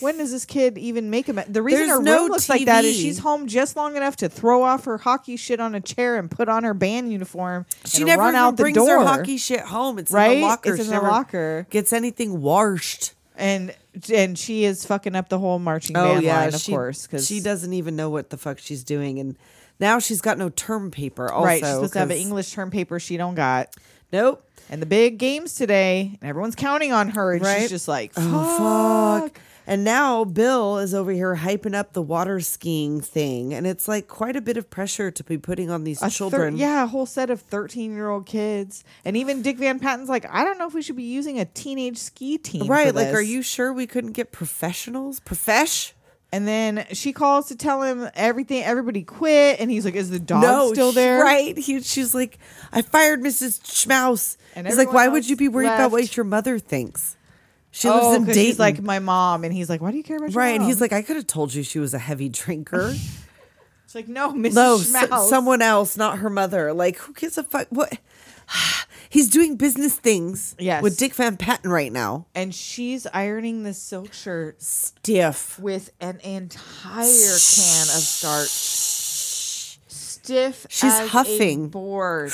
E: When does this kid even make a? ma- The reason
F: There's
E: her
F: no
E: room looks like that is
F: TV.
E: she's home just long enough to throw off her hockey shit on a chair and put on her band uniform.
F: She
E: and
F: never
E: run
F: even
E: out the
F: brings
E: door,
F: her hockey shit home. It's in
E: Right?
F: the locker.
E: It's in
F: She
E: the
F: never
E: locker.
F: Gets anything washed?
E: and and she is fucking up the whole marching band line, of
F: Oh, she,
E: course, because
F: she doesn't even know what the fuck she's doing, and now she's got no term paper. Also,
E: Right, she's supposed to have an
F: 'cause-
E: English term paper she don't got.
F: Nope.
E: And the big games today, and everyone's counting on her, and
F: Right.
E: she's just like,
F: Oh
E: fuck.
F: fuck. And now Bill is over here hyping up the water skiing thing, and it's like quite a bit of pressure to be putting on these
E: a thir-
F: children.
E: yeah, a whole set of 13 year old kids. And even Dick Van Patten's like, I don't know if we should be using a teenage ski team. for
F: Right, like,
E: this."
F: are you sure we couldn't get professionals? Profesh?
E: And then she calls to tell him everything, everybody quit. And he's like, Is the dog still
F: sh-
E: there?
F: Right. He, she's like, I fired Mrs. Schmaus.
E: And
F: he's like,
E: everyone
F: why would
E: else
F: you be worried about
E: left.
F: what your mother thinks? She
E: oh,
F: lives in
E: 'cause
F: Dayton.
E: He's like, My mom. And he's like, Why do you care about your
F: right. And
E: mom?"
F: he's like, I could have told you she was a heavy drinker.
E: It's like, No, Mrs.
F: no, s-
E: Schmaus.
F: someone else, not her mother. Like, who gives a fuck? What? he's doing business things
E: Yes.
F: with Dick Van Patten right now.
E: And she's ironing this silk shirt
F: Stiff.
E: with an entire can of starch. Stiff.
F: She's
E: as a
F: huffing.
E: board.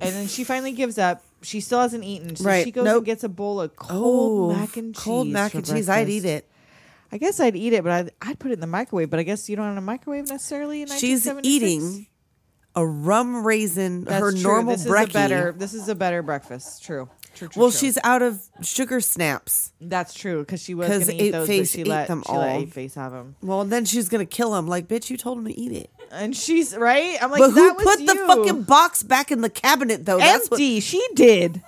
E: and then she finally gives up. She still hasn't eaten. So
F: Right.
E: she goes
F: Nope. Oh,
E: and gets a bowl of cold mac and cheese.
F: Cold mac
E: for
F: and cheese. I'd eat
E: breakfast.
F: it.
E: I guess I'd eat it, but I'd, I'd put it in the microwave. But I guess you don't have a microwave necessarily. In
F: She's
E: 1976.
F: eating a rum raisin,
E: That's
F: her
E: true.
F: normal
E: this
F: brekkie.
E: Is a better, this is a better breakfast. True. True, true,
F: Well,
E: true.
F: she's out of sugar snaps.
E: that's true because she was
F: 'Cause
E: going to eat
F: Eight
E: those, but
F: Face
E: she
F: ate
E: let
F: them
E: she let
F: all.
E: Eight Face have them.
F: Well, then she's gonna kill him. Like, bitch, you told him to eat it.
E: And she's right. I'm like,
F: but who
E: that was
F: put the
E: you.
F: fucking box back in the cabinet though? That's what.
E: empty. She did.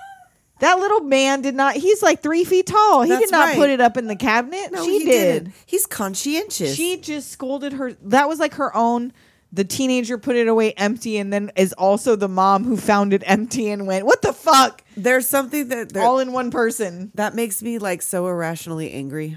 E: That little man did not. He's like three feet tall. He
F: That's
E: did not
F: right.
E: put it up in the cabinet.
F: No,
E: she
F: he
E: did.
F: didn't. He's conscientious.
E: She just scolded her. That was like her own. The teenager put it away empty, and then is also the mom who found it empty and went, "What the fuck?"
F: There's something that there-
E: All in one person.
F: that makes me like so irrationally angry.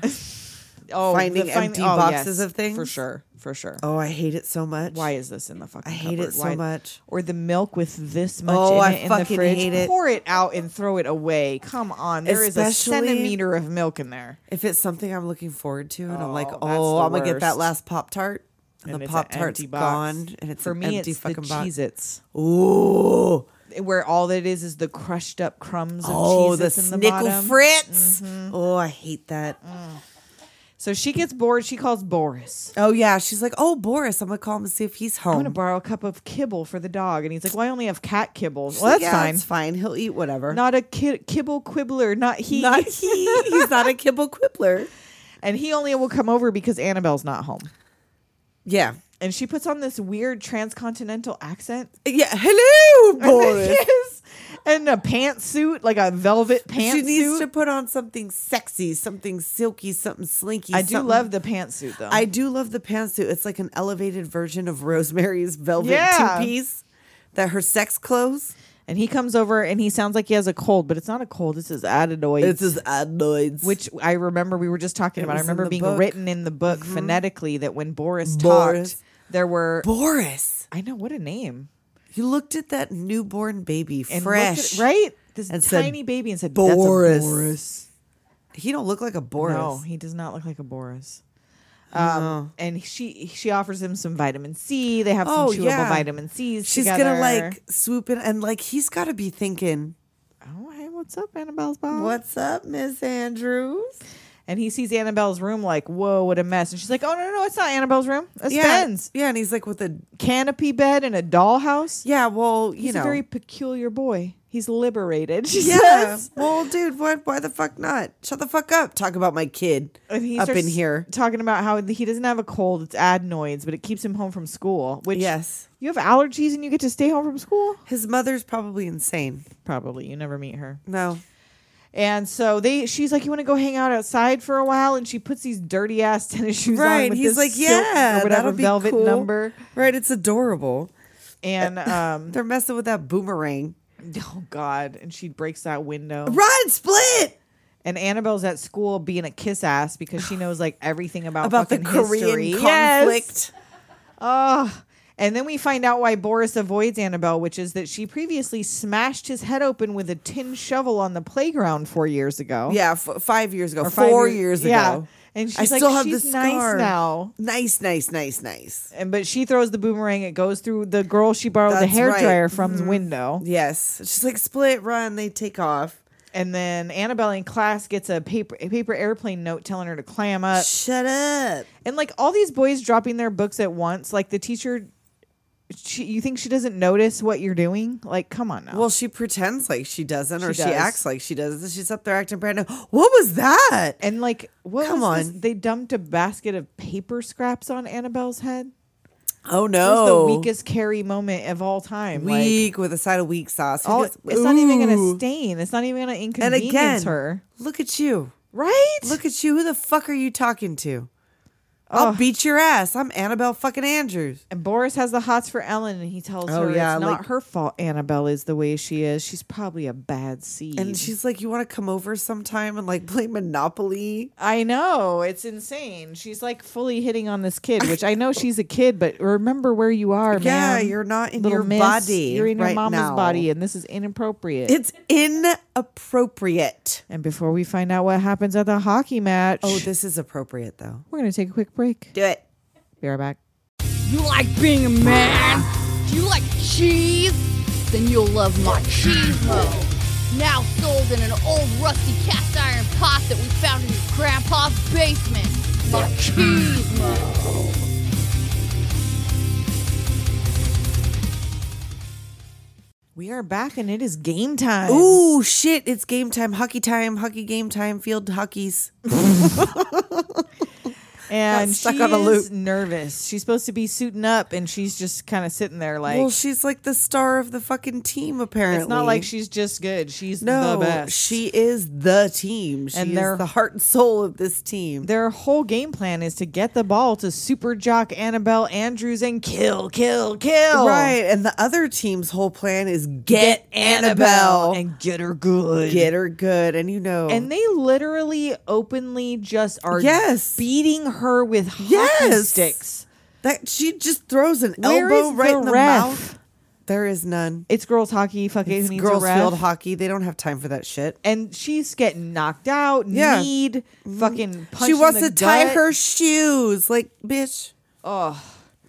E: Oh,
F: Finding
E: fin-
F: empty
E: oh,
F: boxes
E: yes,
F: of things?
E: for sure, for sure.
F: oh, I hate it so much.
E: Why is this in the fucking?
F: I hate
E: cupboard?
F: it so
E: Why-
F: much.
E: Or the milk with this much
F: Oh,
E: in
F: I
E: it in the
F: fucking
E: fridge.
F: hate it.
E: Pour it out and throw it away. Come on, there is
F: Especially-
E: a centimeter of milk in there.
F: If it's something I'm looking forward to, and I'm like,
E: Oh, that's
F: oh,
E: the
F: I'm gonna get that
E: worst.
F: last Pop Tart, and,
E: And
F: the
E: it's an
F: Pop Tart's
E: empty box.
F: gone, and it's
E: for
F: an
E: me
F: empty
E: it's
F: fucking
E: the
F: box.
E: Cheez-Its,
F: Ooh,
E: where all that is is the crushed up crumbs of
F: oh, the
E: Cheez-Its in the
F: Snickle
E: bottom. Mm-hmm.
F: Fritz. Oh, I hate that.
E: So she gets bored. She calls Boris.
F: Oh yeah, she's like, oh Boris, I'm gonna call him and see if he's
E: I'm
F: home.
E: gonna borrow a cup of kibble for the dog, and he's like, "Well, I only have cat kibble."
F: She's
E: Well,
F: like,
E: that's
F: "Yeah,
E: fine.
F: It's fine. He'll eat whatever.
E: Not a ki- kibble quibbler. Not he.
F: Not he. he's not a kibble quibbler.
E: and he only will come over because Annabelle's not home.
F: Yeah.
E: And she puts on this weird transcontinental accent.
F: Yeah. Hello, Boris.
E: Yes. And a pantsuit, like a velvet pantsuit.
F: She needs to put on something sexy, something silky, something slinky.
E: I do
F: something-
E: love the pantsuit though.
F: I do love the pantsuit. It's like an elevated version of Rosemary's velvet
E: Yeah.
F: two piece. That her sex clothes.
E: And he comes over and he sounds like he has a cold, but it's not a cold. It's his adenoids.
F: It's his adenoids.
E: which I remember we were just talking about. I
F: was in
E: remember
F: the
E: being
F: book. Mm-hmm.
E: written in the book phonetically that when Boris,
F: Boris.
E: talked, there were
F: Boris.
E: I know what a name
F: You looked at that newborn baby
E: and looked at-
F: fresh.
E: right? This
F: And said,
E: tiny baby and said
F: Boris.
E: That's a Boris.
F: He don't look like a Boris.
E: No, he does not look like a Boris. Um, and she she offers him some vitamin C. They have
F: Oh,
E: some chewable
F: yeah.
E: vitamin C's.
F: She's
E: together.
F: gonna like swoop in and like he's gotta be thinking,
E: oh hey, what's up, Annabelle's mom?
F: What's up, Miss Andrews?
E: And he sees Annabelle's room like, whoa, what a mess. And she's like, oh no, no, no it's not Annabelle's room. It's Ben's
F: Yeah, and he's like with a
E: canopy bed and a dollhouse.
F: Yeah, well, you
E: He's
F: know.
E: a very peculiar boy. He's liberated. She
F: yeah.
E: says.
F: well, dude, what why the fuck not? Shut the fuck up. Talk about my kid
E: And he
F: up
E: starts
F: in here.
E: talking about how he doesn't have a cold; it's adenoids, but it keeps him home from school. Which
F: Yes.
E: you have allergies and you get to stay home from school.
F: His mother's probably insane.
E: Probably you never meet her.
F: No.
E: And so they, she's like, "You want to go hang out outside for a while?" And she puts these dirty ass tennis shoes on
F: Right.
E: with
F: He's
E: this
F: like,
E: silk
F: yeah,
E: or
F: that'll
E: whatever
F: be
E: velvet
F: cool.
E: number.
F: Right. It's adorable.
E: And um,
F: They're messing with that boomerang.
E: oh god, and she breaks that window.
F: Run, split
E: And Annabelle's at school being a kiss ass because she knows like everything about
F: about the
E: fucking
F: Korean
E: history.
F: conflict.
E: Yes. Oh. And then we find out why Boris avoids Annabelle, which is that she previously smashed his head open with a tin shovel on the playground four years ago.
F: Yeah, f- five years ago,
E: Or five
F: four years,
E: Yeah.
F: ago.
E: And she's
F: I
E: like,
F: still have
E: she's
F: the
E: nice
F: scar."
E: now.
F: Nice, nice, nice, nice.
E: And but she throws the boomerang. It goes through the girl she borrowed the
F: That's
E: hair
F: right. Mm-hmm.
E: dryer from the window.
F: Yes, she's like split, run. They take off.
E: And then Annabelle in class gets a paper a paper airplane note telling her to clam up.
F: Shut up.
E: And like all these boys dropping their books at once, like the teacher, she, you think she doesn't notice what you're doing? Like, come on now.
F: Well, she pretends like she doesn't, or
E: oh. She
F: she,
E: does.
F: acts like she does. She's up there acting brand new. What was that?
E: and like, what
F: Come
E: was this?
F: on.
E: They dumped a basket of paper scraps on Annabelle's head.
F: Oh
E: That was
F: no!
E: the weakest Carrie moment of all time. Like,
F: Weak with a side of weak sauce. Who
E: all,
F: does-
E: it's not even gonna
F: Ooh.
E: stain. It's not even gonna
F: And
E: inconvenience
F: again,
E: her.
F: look at you.
E: Right?
F: Look at you. Who the fuck are you talking to? I'll beat your ass. I'm Annabelle fucking Andrews.
E: And Boris has the hots for Ellen, and he tells
F: Oh,
E: her
F: yeah,
E: it's not
F: like-
E: her fault. Annabelle is the way she is. She's probably a bad seed.
F: And she's like, "You want to come over sometime and like play Monopoly?"
E: I know it's insane. She's like fully hitting on this kid, which I know she's a kid, but remember where you are,
F: Yeah,
E: man.
F: you're not in
E: Little
F: your
E: miss.
F: body
E: You're in your
F: right
E: mama's
F: now.
E: body, and this is inappropriate.
F: It's inappropriate.
E: and before we find out what happens at the hockey match,
F: Oh, this is appropriate though.
E: we're gonna take a quick break.
F: Do it.
E: Be right back.
H: You like being a man? Do you like cheese? Then you'll love my cheese bowl. Now sold in an old rusty cast iron pot that we found in your grandpa's basement. My cheese bowl.
E: We are back, and it is game time.
F: Ooh, shit! It's game time. Hockey time. Hockey game time. Field hockeys.
E: and
F: got stuck
E: she's
F: on a loop.
E: nervous. She's supposed to be suiting up, and she's just kind of sitting there like.
F: well, she's like the star of the fucking team. Apparently,
E: it's not like she's just good. She's
F: No,
E: the best.
F: she is the team. She
E: And they're-
F: is the heart and soul of this team.
E: Their whole game plan is to get the ball to super jock Annabelle Andrews and kill, kill, kill.
F: Right, and the other team's whole plan is get, Annabelle and
E: and get her good.
F: get her good, and you know,
E: and they literally openly just are
F: Yes.
E: beating her with hockey
F: Yes.
E: sticks.
F: that she just throws an
E: Where
F: elbow
E: is
F: right
E: the
F: in the
E: ref?
F: mouth. There is none.
E: It's girls hockey. Fucking
F: It's
E: who needs
F: girls
E: a ref?
F: field hockey. They don't have time for that shit.
E: And she's getting knocked out,
F: Yeah. Mm-hmm.
E: kneed, fucking punched
F: She wants
E: in the
F: to tie
E: gut.
F: her shoes, like bitch.
E: Ugh.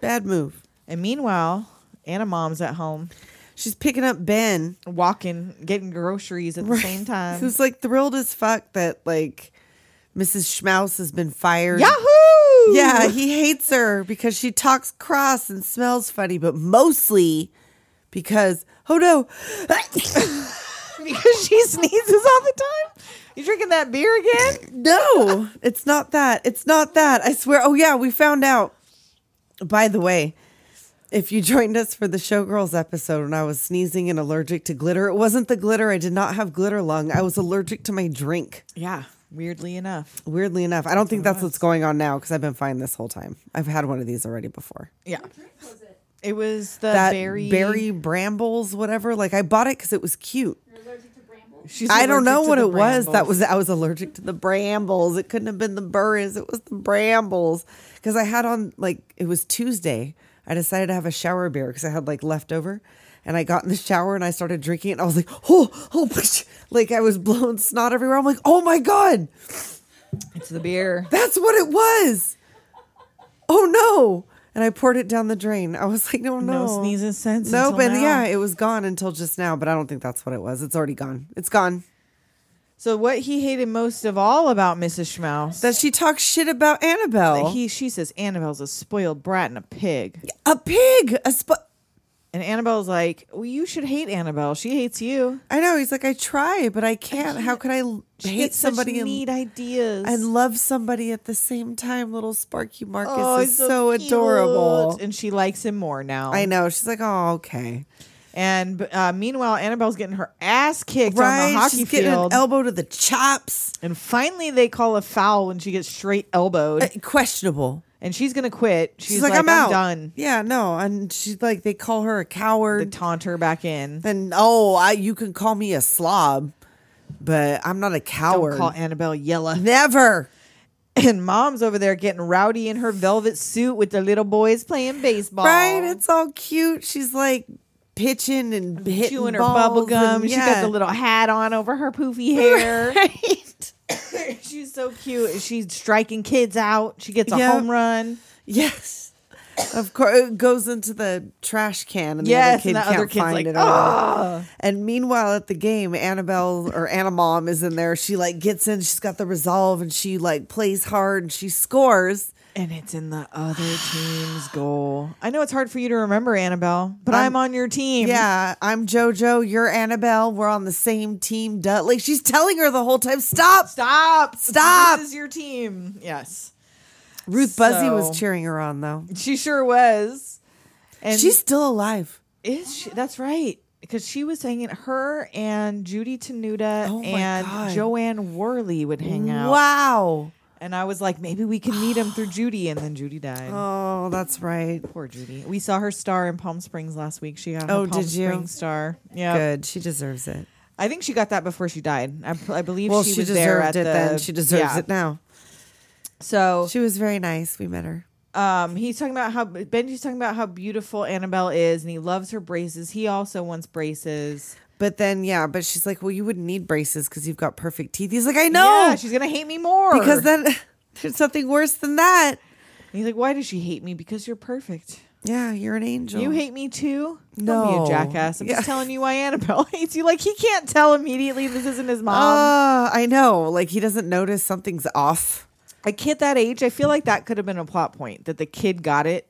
F: Bad move.
E: And meanwhile, Anna mom's at home
F: She's picking up Ben.
E: walking, getting groceries at the same time.
F: Who's like thrilled as fuck that like Mrs. Schmaus has been fired.
E: Yahoo!
F: Yeah, he hates her because she talks cross and smells funny, but mostly because oh no,
E: because she sneezes all the time. You drinking that beer again?
F: no, it's not that. It's not that. I swear. Oh yeah, we found out. By the way, if you joined us for the showgirls episode when I was sneezing and allergic to glitter, it wasn't the glitter. I did not have glitter lung. I was allergic to my drink.
E: Yeah, weirdly enough.
F: Weirdly enough, I don't think that's what's going on now because I've been fine this whole time. I've had one of these already before.
E: Yeah, it was the
F: that
E: berry.
F: berry, brambles, whatever. Like I bought it because it was cute.
G: You're allergic to brambles.
E: She's
F: I don't
E: allergic
F: know
E: to
F: what
E: the
F: it was. That
E: brambles.
F: was I was allergic to the brambles. It couldn't have been the burrs. It was the brambles because I had on like it was Tuesday. I decided to have a shower beer because I had like leftover, and I got in the shower and I started drinking it. And I was like, oh, oh, like I was blowing snot everywhere. I'm like, oh my god,
E: it's the beer.
F: that's what it was. Oh no. And I poured it down the drain. I was like, no,
E: No,
F: no.
E: sneezing sense.
F: No,
E: until
F: but
E: now.
F: yeah, it was gone until just now, but I don't think that's what it was. It's already gone. It's gone.
E: So what he hated most of all about Mrs. Schmaus
F: That she talks shit about Annabelle.
E: he she says Annabelle's a spoiled brat and a pig,
F: a pig. A sp-
E: and Annabelle's like, well, you should hate Annabelle. She hates you.
F: I know. He's like, I try, but I can't. How could I l-
E: She
F: hate
E: gets
F: somebody
E: such neat
F: and,
E: ideas.
F: and love somebody at the same time? Little Sparky Marcus
E: oh,
F: is
E: he's
F: so, adorable.
E: cute. and she likes him more now.
F: I know. She's like, oh, okay.
E: And uh, meanwhile, Annabelle's getting her ass kicked on the
F: Right,
E: hockey
F: she's getting
E: field.
F: an elbow to the chops.
E: and finally, they call a foul when she gets straight elbowed,
F: Uh, questionable.
E: and she's gonna quit. She's,
F: She's, like, I'm, out.
E: done.
F: Yeah, no, and she's like, they call her a
E: They
F: coward.
E: taunt her back in.
F: and oh, I, you can call me a slob, but I'm not a
E: Don't
F: coward.
E: call Annabelle Yella.
F: Never.
E: And mom's over there getting rowdy in her velvet suit with the little boys playing baseball.
F: Right? It's all cute. She's like pitching and hitting
E: chewing her
F: balls
E: bubble gum.
F: and-
E: She got
F: yeah.
E: the little hat on over her poofy hair. She's so cute. She's striking kids out. She gets a
F: Yep.
E: home run.
F: yes. Of course, it goes into the trash can, and
E: Yes,
F: the other kid
E: and the
F: can't
E: other kid's
F: find it.
E: like, "Ah!"
F: or whatever. And meanwhile, at the game, Annabelle or Anna Mom is in there. She like gets in. She's got the resolve, and she like plays hard, and she scores.
E: And it's in the other team's goal. I know it's hard for you to remember, Annabelle, but I'm, on your team.
F: Yeah, I'm JoJo. You're Annabelle. We're on the same team. Duh. Like she's telling her the whole time, stop.
E: Stop.
F: Stop.
E: This is your team. Yes.
F: Ruth Buzzy
E: So-
F: was cheering her on though.
E: She sure was. And
F: She's still alive.
E: Is she? That's right. Because she was hanging, her and Judy Tenuta
F: Oh my
E: and
F: God.
E: Joanne Worley would hang out.
F: Wow.
E: And I was like, maybe we can meet him through Judy. And then Judy died.
F: Oh, that's right.
E: Poor Judy. We saw her star in Palm Springs last week. She got her
F: Oh,
E: Palm
F: did you?
E: Springs star. Yeah.
F: Good. She deserves it.
E: I think she got that before she died. I, I believe
F: Well,
E: she,
F: she,
E: was there at
F: deserved it
E: the,
F: then. She deserves
E: yeah.
F: it now.
E: So
F: She was very nice. We met her.
E: um, he's talking about how Benji's talking about how beautiful Annabelle is, and he loves her braces. He also wants braces.
F: But then, yeah, but she's like, well, you wouldn't need braces because you've got perfect teeth. He's like, I know.
E: Yeah, she's gonna hate me more
F: because then there's nothing worse than that.
E: And he's like, why does she hate me? Because you're perfect.
F: Yeah, you're an angel.
E: You hate me too? Don't be
F: No.
E: a jackass. I'm
F: Yeah.
E: just telling you why Annabelle hates you. Like, he can't tell immediately this isn't his mom.
F: Uh, I know. Like, he doesn't notice something's off.
E: a kid that age, I feel like that could have been a plot point that the kid got it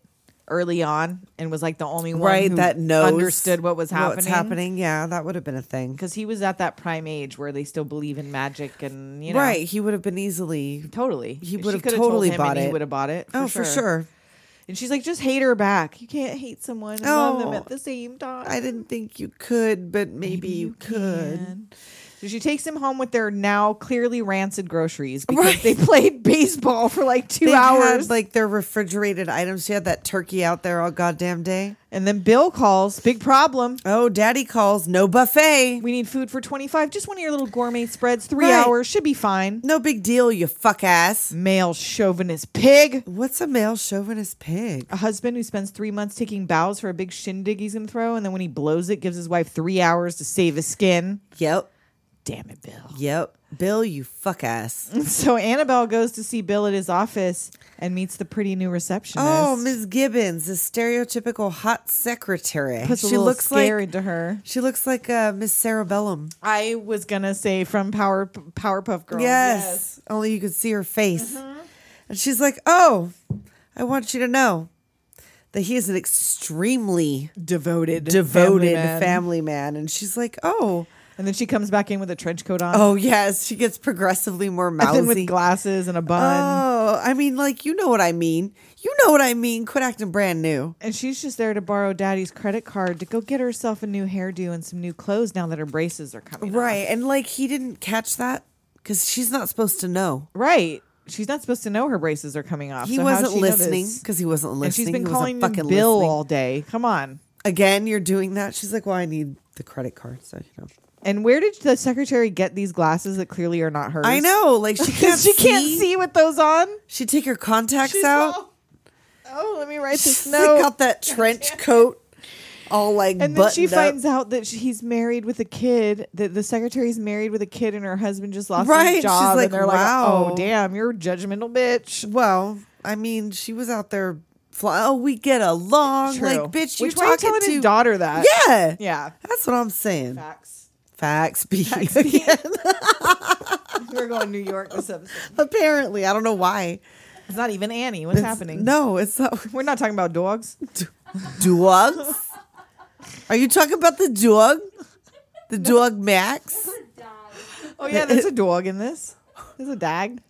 E: early on and was like the only one
F: right
E: who
F: that knows
E: understood what was happening.
F: what's happening yeah that would have been a thing
E: Because he was at that prime age where they still believe in magic and, you know.
F: right he would have been easily
E: Totally.
F: He
E: If
F: would
E: she
F: have
E: could told
F: totally
E: him
F: bought
E: and He
F: it.
E: would have bought it.
F: oh for sure
E: And she's like, just hate her back. You can't hate someone and love them
F: Oh,
E: at the same time.
F: i didn't think you could but maybe, you could
E: can. So she takes him home with their now clearly rancid groceries because they played baseball for like two
F: They
E: hours.
F: had like their refrigerated items she had that turkey out there all goddamn day
E: and then Bill calls, big problem.
F: oh daddy calls no buffet
E: We need food for 25. Just one of your little gourmet spreads. Three
F: Right.
E: hours should be fine.
F: no big deal you fuck ass
E: Male chauvinist pig.
F: what's a male chauvinist pig
E: A husband who spends three months taking bows for a big shindig he's going to throw. And then when he blows it, gives his wife three hours to save his skin.
F: yep
E: Damn it, Bill.
F: yep bill you fuck ass
E: So Annabelle goes to see Bill at his office and meets the pretty new receptionist.
F: oh ms gibbons the stereotypical hot secretary
E: Puts a
F: she
E: little
F: looks
E: scare
F: like
E: into her.
F: She looks like uh, Miss Cerebellum.
E: I was gonna say from Power Powerpuff Girls.
F: Yes. Mm-hmm. Only you could see her face. And she's like, Oh, I want you to know that he is an extremely
E: devoted,
F: devoted family man.
E: man.
F: And she's like, Oh,
E: And then she comes back in with a trench coat on,
F: oh, yes. She gets progressively more
E: and then with
F: mousy.
E: glasses and a bun,
F: Oh, I mean, like, you know what I mean. You know what I mean. Quit acting brand new.
E: and she's just there to borrow Daddy's credit card to go get herself a new hairdo and some new clothes now that her braces are coming. off.
F: Right. And like, he didn't catch that because she's not supposed to know.
E: right. She's not supposed to know her braces are coming off.
F: He
E: so how'd
F: wasn't
E: she know
F: listening
E: this?
F: because he wasn't listening.
E: and she's been
F: He wasn't
E: calling him Bill
F: fucking listening.
E: all day. Come on.
F: again, you're doing that. She's like, well, I need the credit card. So, you know,
E: And where did the secretary get these glasses that clearly are not hers?
F: I know, like she can't,
E: she can't see with those on.
F: She take her contacts out.
E: all- oh, let me write this
F: She's
E: note.
F: like got that trench coat all like
E: and then
F: buttoned
E: she finds
F: up.
E: out that sh- he's married with a kid. That the secretary's married with a kid, and her husband just lost
F: Right,
E: his
F: she's
E: job.
F: like,
E: and they're like,
F: "Wow."
E: "Oh, damn, you're a judgmental bitch."
F: Well, I mean, she was out there. Fly- oh, we get along,
E: True.
F: like bitch.
E: Which
F: you're
E: why are you
F: talking
E: telling
F: to
E: his daughter that?
F: Yeah,
E: yeah.
F: That's what I'm saying.
E: Facts.
F: Facts be again.
E: We're going to New York this episode.
F: Apparently, I don't know why.
E: It's not even Annie. What's happening?
F: No, it's not.
E: We're not talking about dogs.
F: Dogs? Are you talking about the dog? The dog Max?
E: Oh yeah, there's a dog in this. There's a dag.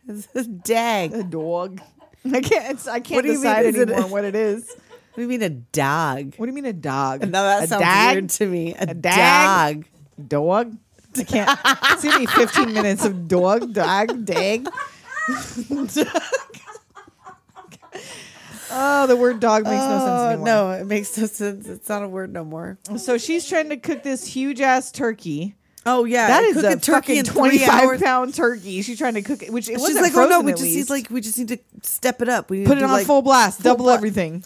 F: Dag.
E: A dog. I can't. It's, I can't
F: do you mean?
E: decide
F: Is it-
E: anymore what it is.
F: do you mean a dog?
E: What do you mean a dog?
F: No, that
E: a
F: sounds
E: dag?
F: weird to me. A,
E: dag?
F: dog.
E: Dog? I can't. It's gonna be 15 minutes of dog, dog, dag. oh, the word dog makes no sense
F: Oh
E: anymore.
F: no, it makes no sense. It's not a word no more.
E: So she's trying to cook this huge ass turkey.
F: Oh yeah,
E: That
F: I
E: is
F: cook
E: a,
F: turkey
E: turkey
F: in
E: fucking
F: three
E: 25
F: hours.
E: pound turkey. She's trying to cook it, which it
F: She's
E: wasn't
F: like, oh
E: frozen
F: no, we
E: at
F: just
E: least.
F: need like we just need to step it up. We need
E: put
F: to
E: it
F: do,
E: on
F: like,
E: full blast, double
F: bla-
E: everything.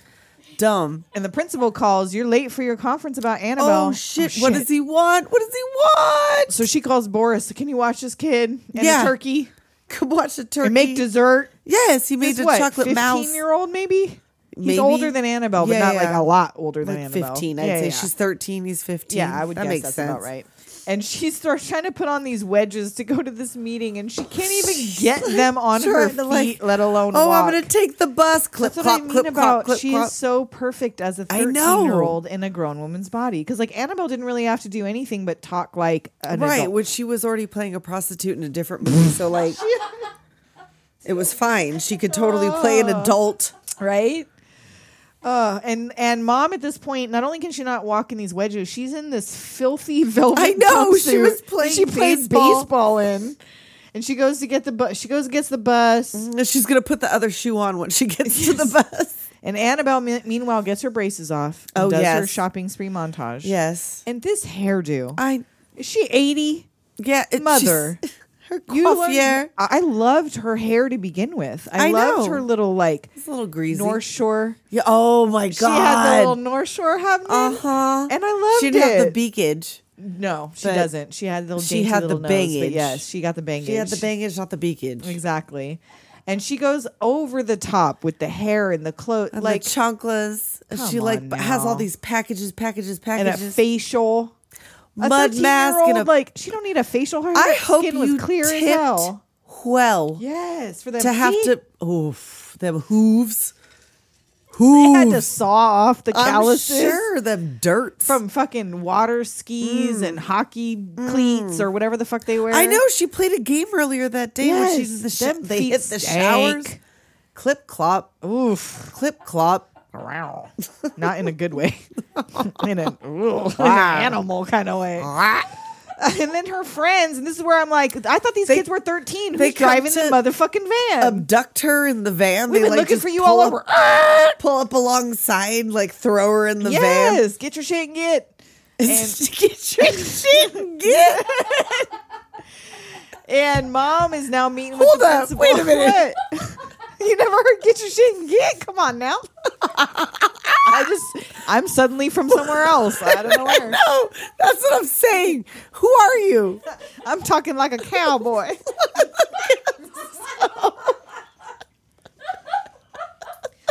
F: Dumb.
E: And the principal calls. You're late for your conference about Annabelle.
F: Oh shit. What does he want? What does he want?
E: So she calls Boris. Can you watch this kid and the
F: Yeah.
E: turkey
F: Come watch the turkey.
E: and make dessert?
F: Yes, he made
E: He's
F: a
E: what,
F: chocolate mouse.
E: year old maybe. He's
F: Maybe.
E: older than Annabelle, but
F: Yeah,
E: not like
F: yeah.
E: a lot older than
F: Like
E: Annabelle.
F: fifteen, I'd
E: Yeah,
F: say
E: yeah,
F: she's thirteen. He's fifteen.
E: Yeah, I would
F: that
E: guess
F: makes
E: that's
F: sense.
E: about right. And she starts trying to put on these wedges to go to this meeting, and she can't even get them on her
F: Trying
E: feet,
F: to, like,
E: let alone.
F: Oh,
E: walk.
F: I'm gonna take the bus. Clip
E: That's what
F: clop,
E: I mean
F: clip
E: about
F: clop, clip
E: she
F: clop.
E: is so perfect as a
F: I
E: 13
F: know.
E: year old in a grown woman's body. Because like Annabelle didn't really have to do anything but talk like an
F: right,
E: adult.
F: which she was already playing a prostitute in a different movie, so like it was fine. She could totally play an
E: Oh.
F: adult.
E: right? Uh, and and mom at this point, not only can she not walk in these wedges, she's in this filthy velvet.
F: I know, she
E: jumpsuit
F: was
E: that
F: playing
E: She plays
F: baseball.
E: baseball in, and she goes to get the bus. She goes and gets the bus,
F: And She's gonna put the other shoe on when she gets to the bus.
E: and Annabelle me- meanwhile gets her braces off. And
F: Oh,
E: does her
F: yes.
E: shopping spree montage.
F: Yes,
E: and this hairdo.
F: I
E: is she eighty?
F: yeah. It,
E: Mother.
F: she's- her
E: learned-
F: coiffure.
E: I I loved her hair to begin with. I,
F: I
E: loved
F: know.
E: her little like
F: It's a little greasy.
E: North Shore.
F: yeah, oh my god.
E: She had the little North Shore happening.
F: Uh huh.
E: And I loved
F: She didn't
E: it.
F: have the beakage.
E: No, she
F: But
E: doesn't. She had the little
F: she
E: dainty
F: had the
E: little nose, but
F: bangage.
E: yes, she got the bangage.
F: She had the bangage, not the beakage.
E: exactly, and she goes over the top with the hair and the clothes,
F: And
E: like
F: the chanclas. She
E: Come
F: like
E: on
F: b- has all
E: now.
F: these packages, packages,
E: and a
F: packages.
E: facial, a
F: mud mask and
E: 13-year-old,
F: a-
E: like she don't need a facial. Her
F: I hope
E: skin
F: you
E: was clear as
F: tipped
E: hell.
F: well
E: Yes, for them
F: to have
E: feet.
F: to. Oof, them hooves.
E: They had to
F: Hooves.
E: saw off the
F: I'm
E: calluses
F: sure them dirts.
E: from fucking water skis and hockey cleats or whatever the fuck they wear.
F: Mm. I know she played a game earlier that day where she's in the
E: Yes,
F: sh-
E: them
F: they
E: feet
F: hit the
E: stank.
F: showers. Clip clop.
E: Oof.
F: Clip clop.
E: Growl. Not in a good way. in, a, in an animal kind of way. and then her friends, and this is where I'm like, I thought these kids were 13.
F: they
E: Who's
F: come
E: driving the
F: to
E: motherfucking van?
F: Abduct her in the van.
E: We've
F: they
E: been
F: like
E: looking
F: just
E: for you
F: pull
E: all
F: up-
E: over. Ah!
F: Pull up alongside, like throw her in the van.
E: yes, get your shit and get. And-
F: Get your shit and get.
E: And mom is now meeting
F: Hold
E: with the
F: up,
E: principal.
F: wait a minute.
E: What? you never heard get your shit and get. Come on now. I just, I'm suddenly from somewhere else. I don't know where.
F: No, that's what I'm saying. Who are you?
E: I'm talking like a cowboy.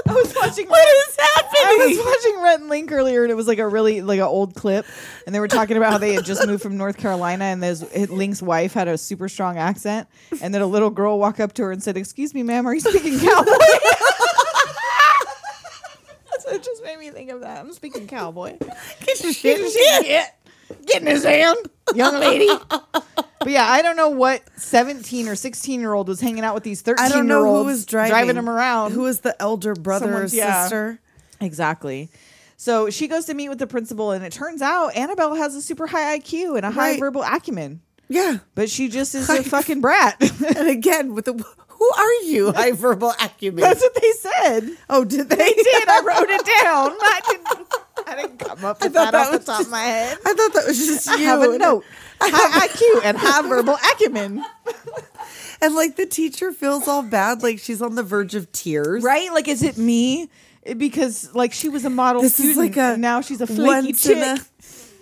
E: I was watching Rhett-
F: What is happening?
E: I was watching Rhett and Link earlier, and it was like a really like an old clip, and they were talking about how they had just moved from North Carolina, and there's Link's wife had a super strong accent, and then a little girl walked up to her and said, "Excuse me, ma'am, are you speaking cowboy?" so it just made me think of that. I'm speaking cowboy.
F: Get your shit
E: Get
F: and
E: his
F: get.
E: hand. Get in his hand, young lady. but yeah, I don't know what 17 or 16 year old was hanging out with these 13
F: I don't
E: year
F: know
E: olds
F: who was driving.
E: them around.
F: Who was the elder brother
E: Someone's-
F: or
E: yeah.
F: sister?
E: exactly. So she goes to meet with the principal, and it turns out Annabelle has a super high IQ and a high
F: Right.
E: verbal acumen,
F: Yeah.
E: but she just is a fucking brat.
F: And again, with the who are you? High verbal acumen.
E: That's what they said.
F: oh, did they?
E: They did. I wrote it down. I didn't, I didn't come up with
F: thought
E: that,
F: that
E: off the
F: was
E: top of
F: just-
E: my head.
F: I thought that was just you.
E: I have a
F: And-
E: note. High IQ and high verbal acumen.
F: And like the teacher feels all bad, like she's on the verge of tears.
E: right? Like, is it me? It- Because like she was a model
F: This
E: student,
F: is like a
E: and now she's a flaky
F: once in
E: chick.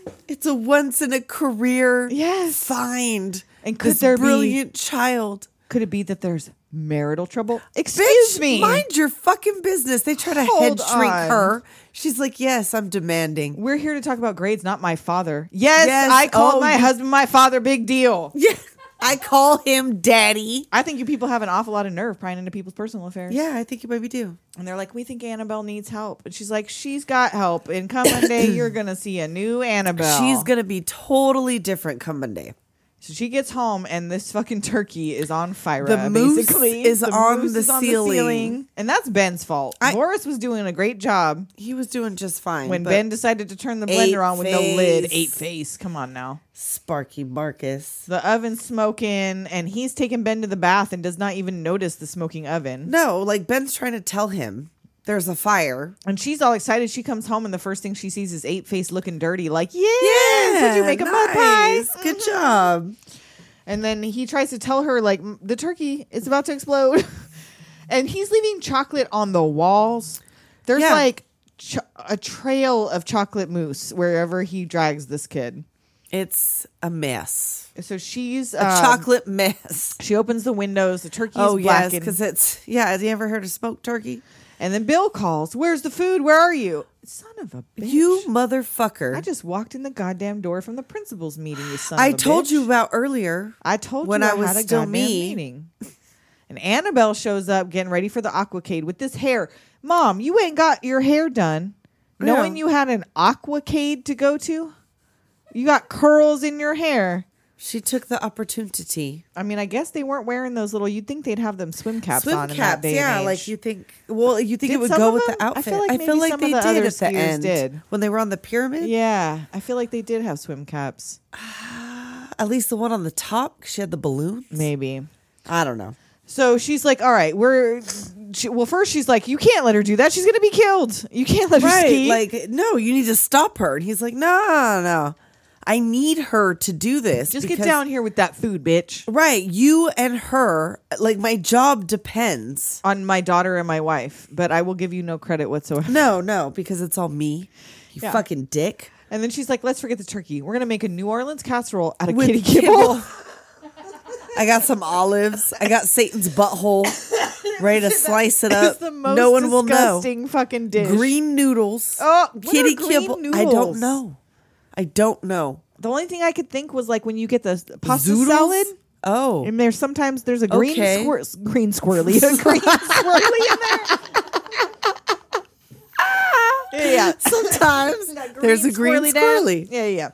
F: a- it's a once in a career
E: Yes.
F: find.
E: And could
F: this
E: there be-
F: brilliant child?
E: Could it be that there's marital trouble? Excuse
F: Bitch,
E: me.
F: Mind your fucking business. They try to
E: Hold
F: head shrink
E: on.
F: her. She's like, yes, I'm demanding.
E: We're here to talk about grades, not my father. Yes,
F: Yes,
E: I called
F: oh,
E: my
F: you-
E: husband my father. Big deal.
F: Yeah. I call him daddy.
E: I think you people have an awful lot of nerve prying into people's personal affairs.
F: Yeah, I think you maybe do.
E: And they're like, we think Annabelle needs help. And she's like, she's got help. And come Monday, you're going to see a new Annabelle.
F: She's going to be totally different come Monday.
E: So she gets home and this fucking turkey is on fire.
F: The moose
E: basically.
F: is on the ceiling.
E: and that's Ben's fault.
F: I-
E: Boris was doing a great job
F: He was doing just fine.
E: when
F: but
E: Ben decided to turn the blender on with no lid.
F: Eight-Face.
E: Eight face, come on now.
F: Sparky Marcus.
E: The oven's smoking, and he's taking Ben to the bath and does not even notice the smoking oven.
F: No, like Ben's trying to tell him there's a fire.
E: And she's all excited. She comes home, and the first thing she sees is Eight Face looking dirty, like, yes, did you make a mud pie? Mm-hmm.
F: nice. Good job.
E: And then he tries to tell her, like, "M- the turkey is about to explode. and he's leaving chocolate on the walls. There's
F: Yeah.
E: like ch- a trail of chocolate mousse wherever he drags this kid.
F: It's a mess.
E: So she's
F: A
E: um,
F: chocolate mess.
E: She opens the windows. The turkey's
F: Oh yes,
E: blackened.
F: because it's yeah. Have you ever heard of smoked turkey?
E: and then Bill calls, "Where's the food? Where are you, son of a bitch?
F: You motherfucker!
E: I
F: I,
E: just walked in the goddamn door from the principal's meeting. You son. of a
F: told
E: bitch.
F: you about earlier.
E: I told
F: when
E: you
F: I
E: I,
F: was
E: had a
F: still
E: goddamn
F: me.
E: meeting. And Annabelle shows up getting ready for the aquacade with this hair. Mom, you ain't got your hair done. Knowing
F: Yeah.
E: you had an aquacade to go to, you got curls in your hair.
F: She took the opportunity.
E: I mean, I guess they weren't wearing those little. You'd think they'd have them swim caps on
F: Swim
E: in that
F: caps,
E: day
F: yeah.
E: and
F: Like
E: age.
F: you think? Well, you think
E: Did
F: it would
E: some
F: go
E: of
F: with
E: them?
F: the
E: I
F: outfit.
E: feel like maybe some of
F: they
E: the
F: did
E: other
F: at the
E: skiers
F: end
E: did.
F: when they were on the pyramid.
E: yeah, I feel like they did have swim caps.
F: At least the one on the top. 'cause She had the balloons.
E: Maybe.
F: I don't know.
E: So she's like, "All right, we're." She, well, first she's like, "You can't let her do that. She's gonna be killed. You can't let her ski."
F: Like no, you need to stop her. And he's like, no, no, no. I need her to do this.
E: Just
F: because-
E: get down here with that food, bitch.
F: Right, you and her. Like my job depends.
E: On my daughter and my wife, but I will give you no credit whatsoever.
F: No, no, because it's all me. You
E: Yeah.
F: fucking dick.
E: And then she's like, "Let's forget the turkey. We're gonna make a New Orleans casserole out of
F: With
E: kitty kibble."
F: kibble. I got some olives. I got Satan's butthole ready to slice it
E: It's
F: up.
E: the most
F: no one will know.
E: disgusting fucking dish.
F: Green noodles.
E: Oh, what are green
F: I
E: noodles?
F: don't know. I don't know.
E: The only thing I could think was like when you get the s- pasta
F: Zoodles?
E: salad.
F: Oh.
E: And there's sometimes there's a green
F: Okay.
E: squir- s- green squirrely, a green squirrely in there. yeah,
F: Sometimes there's a green squirrely.
E: down. Yeah, yeah.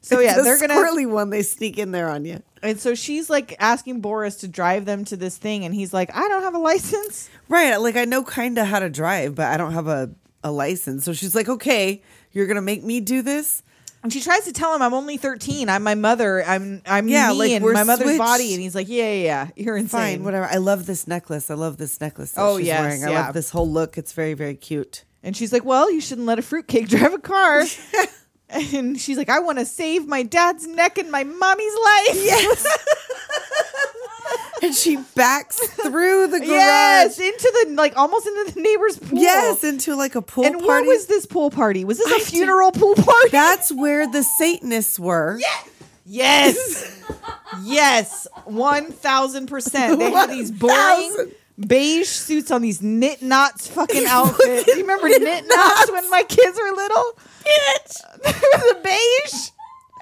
E: So yeah,
F: the
E: they're gonna.
F: squirrely one. They sneak in there on you.
E: And so she's like asking Boris to drive them to this thing, and he's like, "I don't have a license."
F: Right. Like I know kind of how to drive, but I don't have a, a license. So she's like, okay, you're gonna make me do this.
E: And she tries to tell him, "I'm only 13. I'm my mother. I'm I'm
F: Yeah,
E: me
F: like,
E: and
F: we're
E: my mother's
F: switched.
E: body." And he's like, "Yeah, yeah, yeah. you're insane."
F: Fine, whatever. I love this necklace. I love this necklace that
E: Oh,
F: she's
E: yes,
F: wearing. I
E: yeah.
F: love this whole look. It's very, very cute.
E: And she's like, "Well, you shouldn't let a fruitcake drive a car." and she's like, "I want to save my dad's neck and my mommy's life." Yes,
F: And she backs through the garage. Yes,
E: yes, into the like almost into the neighbor's pool.
F: into like a pool
E: And
F: party.
E: what was this pool party? Was this a
F: I did-
E: funeral pool party?
F: That's where the Satanists were.
E: yes, yes, one thousand percent. They had these boring.
F: 1,000.
E: Beige suits on these knit knots fucking outfits. You remember knit, knots. when my kids were little? Bitch! the beige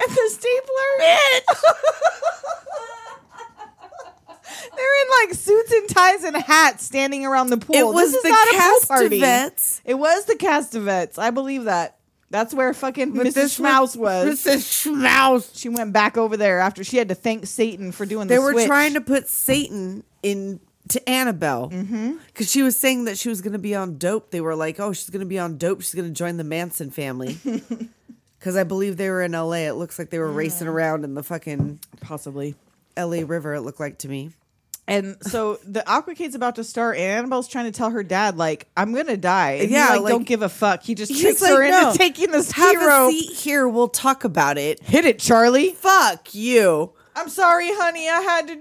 E: and the stapler. They're in like suits and ties and hats standing around the pool.
F: It was
E: this is
F: the
E: not a pool party.
F: Castavets.
E: It was the Castavets. I believe that. That's where fucking Mrs.
F: this
E: Schmaus was.
F: Mrs. Schmaus.
E: She went back over there after she had to thank Satan for doing
F: They
E: the
F: were
E: switch.
F: trying to put Satan in to Annabelle because
E: Mm-hmm.
F: she was saying that she was going to be on dope. They were like, "Oh, she's going to be on dope. She's going to join the Manson family." Because I believe they were in L.A. It looks like they
E: Mm.
F: were racing around in the fucking
E: possibly.
F: LA River, it looked like to me.
E: And so the Aquacade's about to start, and Annabelle's trying to tell her dad, like, I'm gonna die. And yeah,
F: Yeah,
E: like,
F: like-
E: don't give a fuck. He just
F: He's
E: tricks
F: like,
E: her into
F: "No,
E: taking this
F: Have
E: hero.
F: a seat here. We'll talk about it.
E: Hit it, Charlie.
F: Fuck you.
E: I'm sorry, honey. I had to do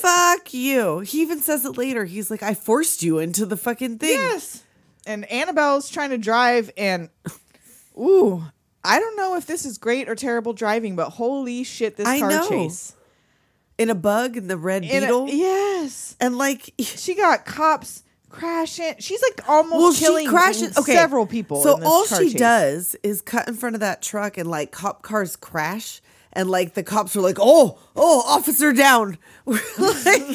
F: Fuck you. He even says it later. He's like, I forced you into the fucking thing.
E: Yes. And Annabelle's trying to drive, and ooh, I don't know if this is great or terrible driving, but holy shit, this
F: I
E: car
F: know.
E: chase.
F: In a bug and the red
E: In a-
F: beetle.
E: yes.
F: And like
E: She got cops crashing. She's like almost
F: well,
E: killing
F: she crashes okay.
E: several people.
F: So
E: in this
F: all
E: car
F: she
E: chase.
F: does is cut in front of that truck and like cop cars crash and like the cops are like, Oh, oh, officer down. like, they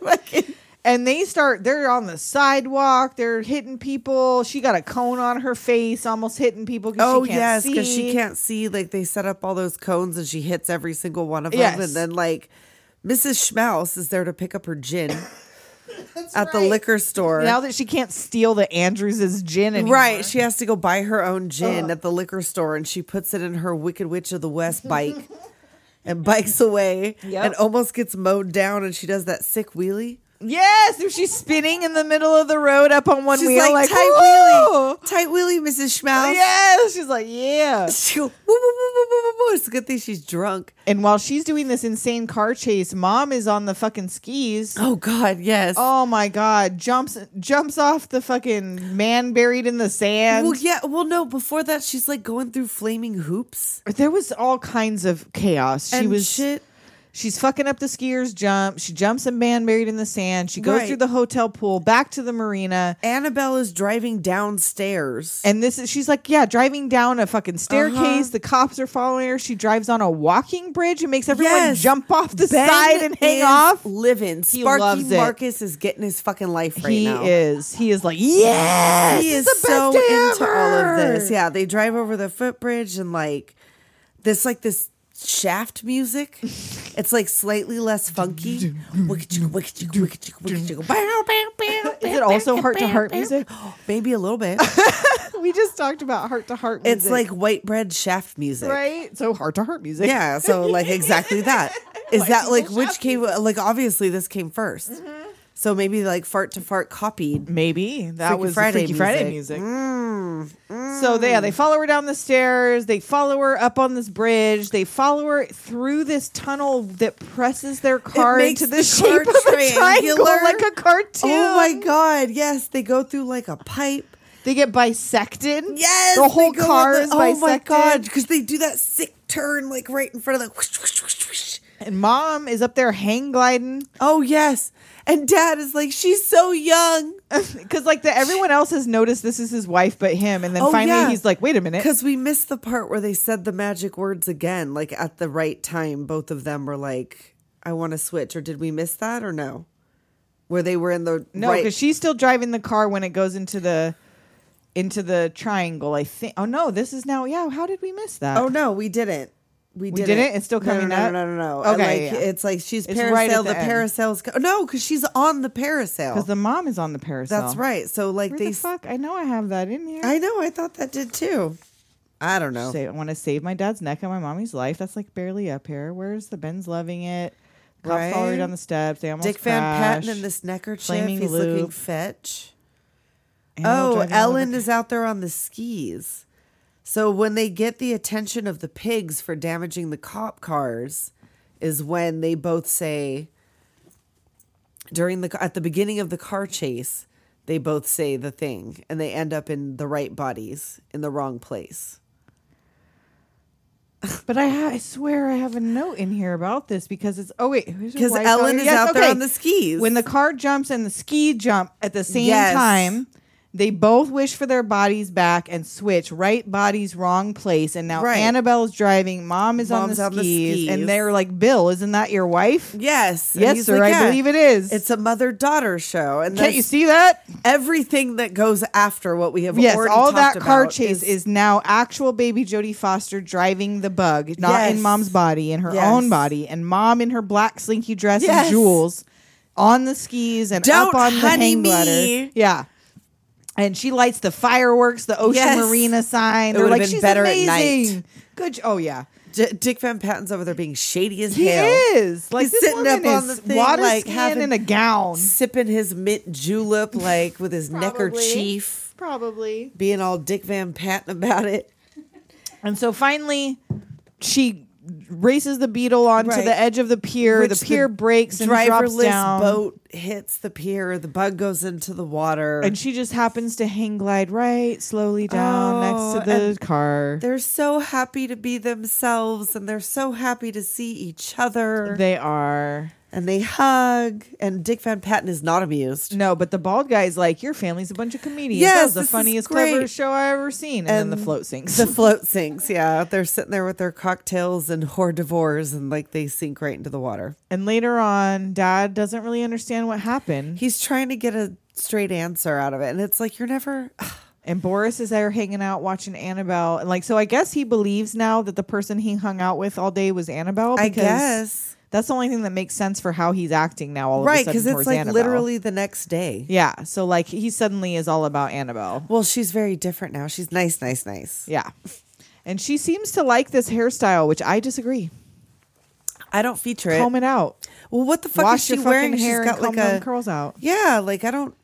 F: fucking-
E: and they start they're on the sidewalk they're hitting people she got a cone on her face almost hitting people 'cause
F: Oh
E: she can't
F: yes, because
E: see.
F: she can't see. Like they set up all those cones, and she hits every single one of them.
E: Yes.
F: And then like Mrs. Schmaus is there to pick up her gin at the
E: right.
F: liquor store.
E: now that she can't steal the andrews's gin anymore.
F: right, she has to go buy her own gin at the liquor store, and she puts it in her Wicked Witch of the West bike and bikes away,
E: Yep.
F: and almost gets mowed down. And she does that sick wheelie.
E: yes if she's spinning in the middle of the road up on one
F: She's
E: wheel
F: like,
E: like,
F: tight
E: "Whoa!"
F: wheelie, tight wheelie, Mrs. Schmaus.
E: yes she's like yeah
F: She go, woo, woo, woo, woo, woo, woo, woo. It's a good thing she's drunk.
E: and while she's doing this insane car chase mom is on the fucking skis
F: Oh God, yes.
E: Oh my god, jumps jumps off the fucking man buried in the sand.
F: well, yeah. Well, no. Before that, she's like going through flaming hoops.
E: There was all kinds of chaos. She
F: and
E: was
F: shit.
E: she's fucking up the skiers jump. She jumps a man buried in the sand. She goes
F: Right.
E: through the hotel pool back to the marina.
F: Annabelle is driving downstairs.
E: And this is she's like, yeah, driving down a fucking staircase. The cops are following her. She drives on a walking bridge and makes everyone
F: Yes.
E: jump off the
F: Ben
E: side and hang
F: is
E: off.
F: Living.
E: He
F: Sparky
E: loves it.
F: Marcus is getting his fucking life right
E: he
F: now.
E: is. He is like, yes.
F: He is
E: the best
F: so
E: day
F: into all
E: ever!"
F: of this. Yeah, they drive over the footbridge and like this, like this shaft music. It's like slightly less funky.
E: Is it also heart to heart music?
F: Maybe a little bit.
E: We just talked about heart to heart music.
F: It's like white bread shaft music.
E: right? So heart to heart music.
F: Yeah, so like exactly that. Is that like which came like obviously this came 1st So maybe like fart to fart copied.
E: Maybe that
F: Freaky
E: was the
F: Friday Mm,
E: Freaky Friday music. So they, yeah, they follow her down the stairs. They follow her up on this bridge. They follow her through this tunnel that presses their car
F: makes
E: into
F: the
E: the,
F: car
E: shape of a triangle,
F: triangular.
E: like a cartoon.
F: Oh my god, yes, they go through like a pipe.
E: They get bisected.
F: Yes,
E: the whole
F: they go on
E: car
F: the-
E: is
F: Oh
E: bisected.
F: my god, because they do that sick turn like right in front of the whoosh, whoosh, whoosh, whoosh.
E: And mom is up there hang gliding
F: Oh yes. And dad is like, She's so young.
E: because like the everyone else has noticed this is his wife, but him. And then
F: Oh,
E: finally
F: yeah.
E: he's like, wait a minute.
F: Because we missed the part where they said the magic words again, like at the right time. Both of them were like, "I want to switch," or did we miss that or no? Where they were in the
E: No,
F: right.
E: because she's still driving the car when it goes into the into the triangle. I think. Oh no, this is now. Yeah, how did we miss that?
F: oh no, we didn't. We didn't.
E: didn't? It's still
F: No, no,
E: coming
F: no,
E: up?
F: No, no, no, no. And,
E: Okay,
F: like
E: yeah.
F: it's like she's
E: It's
F: parasail.
E: right at
F: the
E: the end.
F: parasail's co- no, because she's on the
E: because
F: parasail.
E: the mom is on the parasail.
F: That's right. So like
E: Where
F: they.
E: the
F: s-
E: fuck? I know I have that in here.
F: I know. I thought that did too. I don't know.
E: Say, I want to save my dad's neck and my mommy's life. That's like barely up here. Where's the Ben's loving it? Cops right? follow her
F: Right?
E: down the steps. They almost
F: Dick Van Patten
E: crash.
F: in this neckerchief.
E: Flaming
F: He's looking
E: Loop.
F: fetch.
E: Animal
F: Oh,
E: driving all over
F: Ellen
E: the-
F: is out there on the skis. So when they get the attention of the pigs for damaging the cop cars, is when they both say during the at the beginning of the car chase, they both say the thing, and they end up in the right bodies in the wrong place.
E: But I, ha- I swear I have a note in here about this because it's oh wait
F: Because Ellen is out there on the skis.
E: when the car jumps and the ski jump at the same
F: Yes.
E: time. They both wish for their bodies back and switch right bodies wrong place. And now
F: Right.
E: Annabelle's driving, mom is on
F: Mom's
E: the,
F: on the
E: skis,
F: skis.
E: and they're like, "Bill, isn't that your wife?
F: yes, And
E: Yes,
F: he's
E: sir,
F: like,
E: I
F: "Yeah,
E: believe it is.
F: It's a mother daughter show, and
E: Can't you
F: that's
E: see that?
F: everything that goes after what we have
E: Yes,
F: already
E: all
F: talked
E: that car
F: about
E: chase is, now actual baby Jodie Foster driving the bug, not
F: Yes.
E: in mom's body, in her
F: Yes.
E: own body, and mom in her black slinky dress
F: Yes.
E: and jewels on the skis and
F: Don't
E: up on the
F: honey
E: hang
F: me.
E: glider. Yeah. And she lights the fireworks, the ocean
F: Yes.
E: marina sign.
F: It
E: They're
F: would've
E: like,
F: been
E: she's
F: better at
E: amazing.
F: night.
E: Good. j- Oh yeah,
F: D- Dick Van Patten's over there being shady as
E: he
F: hell.
E: is. Like
F: He's
E: this
F: sitting up
E: woman
F: on
E: is
F: the thing,
E: water
F: like,
E: skin
F: having-
E: in a gown.
F: Sipping his mint julep, like with his neckerchief,
E: probably.
F: being all Dick Van Patten about it.
E: And so finally, she races the beetle onto
F: Right.
E: the edge of the pier.
F: Which
E: the pier breaks and drops
F: driverless
E: down.
F: boat hits the pier. The bug goes into the water.
E: And she just happens to hang glide right slowly down
F: Oh,
E: next to the
F: and
E: car.
F: they're so happy to be themselves, and they're so happy to see each other.
E: They are.
F: and they hug, and Dick Van Patten is not amused.
E: No, but the bald guy's like, your family's a bunch of comedians.
F: Yes,
E: that was the
F: this is
E: funniest,
F: great.
E: cleverest show I ever seen. And, then the float sinks.
F: The float sinks. Yeah, they're sitting there with their cocktails and hors d'oeuvres, and like they sink right into the water.
E: and later on, Dad doesn't really understand what happened.
F: He's trying to get a straight answer out of it, and it's like you're never.
E: and Boris is there hanging out watching Annabelle. And like, so I guess he believes now that the person he hung out with all day was Annabelle.
F: I
E: because
F: guess
E: That's the only thing that makes sense for how he's acting now. All
F: right
E: of a sudden
F: because it's
E: towards
F: like
E: Annabelle.
F: literally the next day.
E: Yeah. So like he suddenly is all about Annabelle.
F: Well, she's very different now. She's nice, nice, nice.
E: Yeah. And she seems to like this hairstyle, which I disagree.
F: I don't feature it.
E: Comb it out.
F: Well, what the fuck
E: Wash
F: is she
E: your
F: wearing?
E: fucking hair
F: she's got
E: and comb
F: like a
E: them curls out.
F: yeah, like I don't.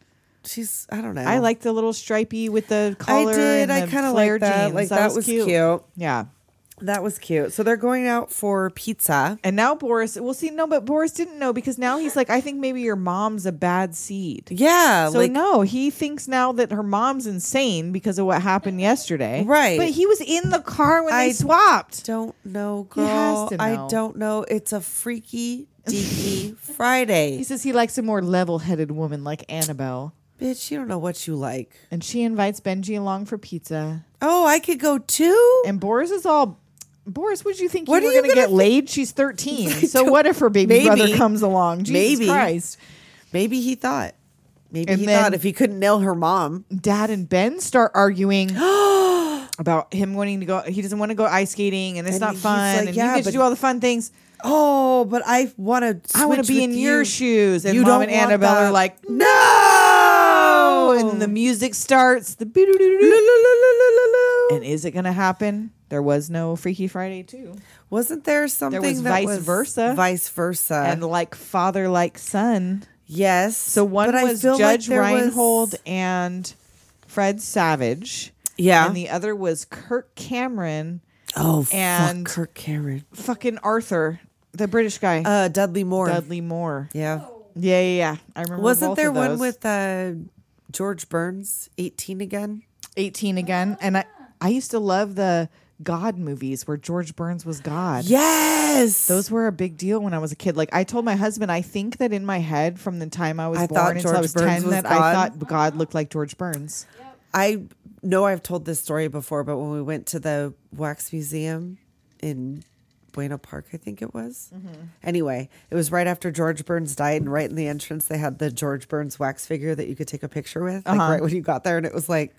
F: She's I don't know.
E: I like the little stripey with the collar.
F: I did.
E: and
F: I
E: the
F: kind of
E: flare
F: like that.
E: jeans.
F: Like that, was cute.
E: Yeah.
F: That was cute. So they're going out for pizza.
E: And now Boris, well, see, no, but Boris didn't know because now he's like, I think maybe your mom's a bad seed.
F: Yeah.
E: So
F: Uh, like
E: no, he thinks now that her mom's insane because of what happened yesterday.
F: Right.
E: But he was in the car when
F: I-
E: they swapped.
F: don't know,
E: He has
F: girl.
E: to
F: I
E: know.
F: don't know. It's a freaky deaky Friday,
E: He says he likes a more level-headed woman like Annabelle.
F: bitch. You don't know what you like.
E: And she invites Benji along for pizza.
F: Oh, I could go too.
E: And Boris is all Boris, what did you think
F: What
E: you
F: are
E: were
F: you
E: going to
F: gonna
E: get laid? She's 13. So what if her baby
F: Maybe.
E: brother comes along? Jesus
F: Maybe.
E: Christ.
F: Maybe he thought. Maybe
E: And
F: he
E: then-
F: thought if he couldn't nail her mom.
E: Dad and Ben start arguing about him wanting to go he doesn't want to go ice skating and it's
F: And
E: not
F: he's
E: fun
F: like,
E: and
F: "Yeah,
E: you get
F: but-
E: to do all the fun things.
F: Oh, but I want to.
E: I want to be in your shoes. And mom and Annabelle are like,
F: no.
E: oh, and the music starts. The boo-doo-doo-doo-doo. and is it going to happen? There was no Freaky Friday too.
F: Wasn't there something
E: was
F: that
E: vice
F: was
E: versa.
F: Vice versa.
E: and like father, like son.
F: yes.
E: So one
F: but I
E: was
F: feel like
E: Judge
F: there was-
E: Reinhold and Fred Savage,
F: Yeah.
E: and the other was Kirk Cameron,
F: oh,
E: and-
F: fuck Kirk Cameron.
E: fucking Arthur, the British guy,
F: Uh, Dudley Moore.
E: Dudley Moore.
F: Yeah.
E: Yeah, yeah, yeah. I remember.
F: Wasn't
E: both
F: there
E: of
F: one
E: those.
F: with uh, George Burns, 18 again?
E: eighteen again? And I, I used to love the God movies where George Burns was God.
F: Yes.
E: Those were a big deal when I was a kid. Like I told my husband, I think that in my head, from the time I was
F: I
E: born
F: thought
E: until I
F: George
E: was
F: Burns
E: ten,
F: was
E: that
F: God.
E: I thought God looked like George Burns.
F: I know I've told this story before, but when we went to the wax museum in Buena Park, I think it was.
E: Mm-hmm.
F: Anyway, it was right after George Burns died, and right in the entrance, they had the George Burns wax figure that you could take a picture with, like right when you got there, and it was like,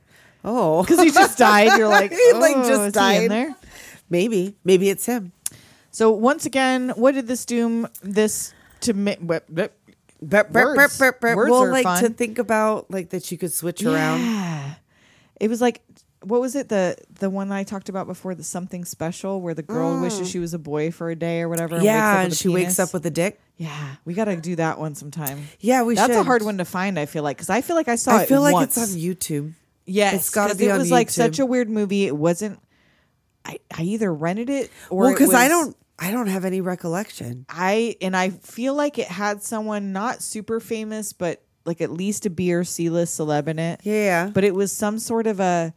F: oh,
E: Because Uh-huh. he just died. You're like,
F: He,
E: oh,
F: like, just
E: is he
F: died.
E: in there.
F: maybe, maybe it's him.
E: So once again, what did this doom this to mi- wh- wh-
F: Burp, burp, burp,
E: Words.
F: burp, burp.
E: Words
F: well,
E: are
F: like to
E: fun.
F: think about like that you could switch around.
E: Yeah. It was like what was it the the one I talked about before the something special where the girl wishes she was a boy for a day or whatever. and
F: Mm.
E: wakes up
F: Yeah,
E: with
F: and
E: a
F: she wakes
E: penis?
F: up with a dick.
E: yeah. We got to do that one sometime.
F: Yeah, we
E: That's
F: should.
E: a hard one to find. I feel like because I feel like I saw
F: I
E: it
F: feel like
E: once.
F: it's on YouTube.
E: Yes,
F: It's gotta
E: 'cause
F: be
E: it
F: on
E: was like
F: YouTube.
E: such a weird movie. It wasn't. I I either rented it or
F: Well,
E: it
F: because I
E: was-
F: don't, I don't have any recollection.
E: I and I feel like it had someone not super famous, but like at least a B or C list celeb in it.
F: Yeah.
E: But it was some sort of a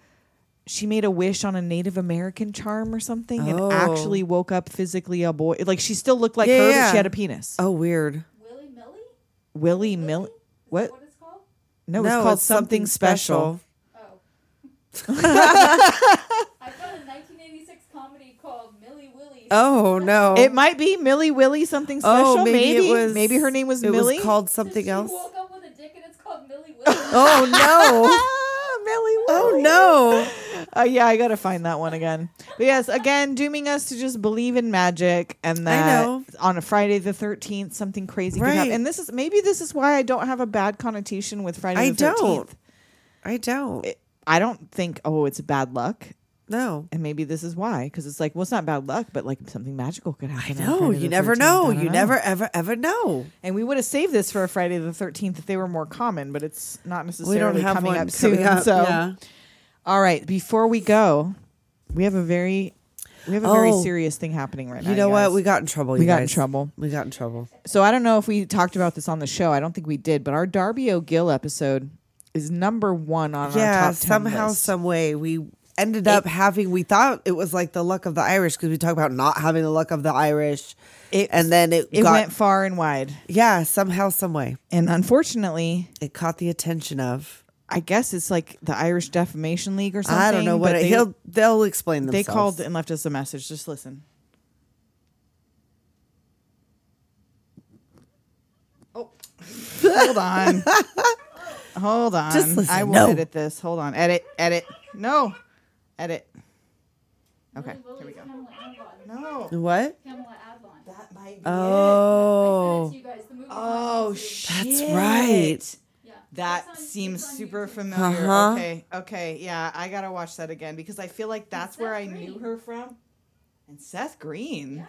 E: she made a wish on a Native American charm or something
F: Oh.
E: and actually woke up physically a boy. Like she still looked like
F: Yeah,
E: her,
F: yeah.
E: but she had a penis.
F: Oh, weird.
G: Willy Millie? Is
E: Willie Millie.
G: that
E: What?
G: what it's called?
E: No, it's called something, special.
G: Oh. I found a 1986 comedy called Millie Willie.
F: Oh no!
E: It might be Millie Willie something special.
F: oh,
E: maybe
F: maybe, it was.
E: Maybe her name was
F: it
E: Millie.
F: Was called
G: So
F: something
G: she
F: else.
G: woke up with a dick and it's called Millie Willie.
F: Oh no!
E: Ah, Millie Willie.
F: oh no!
E: Uh, yeah, I gotta find that one again. But yes, again, dooming us to just believe in magic and that
F: know.
E: on a Friday the thirteenth something crazy could
F: Right.
E: happen. And this is maybe this is why I don't have a bad connotation with Friday
F: I
E: the
F: don't.
E: thirteenth.
F: I don't.
E: I don't think oh it's bad luck,
F: No.
E: and maybe this is why because it's like well it's not bad luck, but like something magical could happen. on
F: No,
E: Friday the
F: you never
E: 13th.
F: know.
E: I don't
F: You never ever ever know.
E: And we would have saved this for a Friday the thirteenth if they were more common, but it's not
F: We
E: necessarily
F: don't have
E: coming
F: one
E: up
F: coming
E: soon.
F: up.
E: So.
F: yeah.
E: All right, before we go, we have a very we have a very
F: Oh.
E: serious thing happening right now.
F: you know
E: guys.
F: what? We got in trouble.
E: We
F: you
E: got in
F: guys.
E: trouble.
F: We got in trouble.
E: so I don't know if we talked about this on the show. I don't think we did, but our Darby O'Gill episode is number one on our
F: yeah.
E: top ten
F: Somehow,
E: list.
F: some way, we ended up having we thought it was like the luck of the Irish because we talk about not having the luck of the Irish,
E: It-
F: and then it,
E: It
F: got
E: went far and wide.
F: yeah somehow some way
E: And unfortunately,
F: it caught the attention of
E: I guess it's like the Irish Defamation League or something.
F: I don't know what
E: but
F: it,
E: they,
F: he'll they'll explain
E: they
F: themselves.
E: called and left us a message. Just listen. Oh, hold on. Hold on.
F: Just listen.
E: I will
F: No.
E: edit this. Hold on. Edit, edit. No. Edit. Okay, here we go. No.
F: what?
G: Pamela Adlon. That's
F: Oh,
G: you guys. The movie.
E: Oh, shit.
F: that's right.
G: Yeah.
E: That
G: It's on-
E: seems
G: it's on
E: super
G: YouTube.
E: familiar.
F: Uh-huh.
E: Okay, okay, yeah, I gotta watch that again because I feel like that's where I
G: Seth
E: knew
G: Green.
E: her from. And Seth Green.
G: Yeah.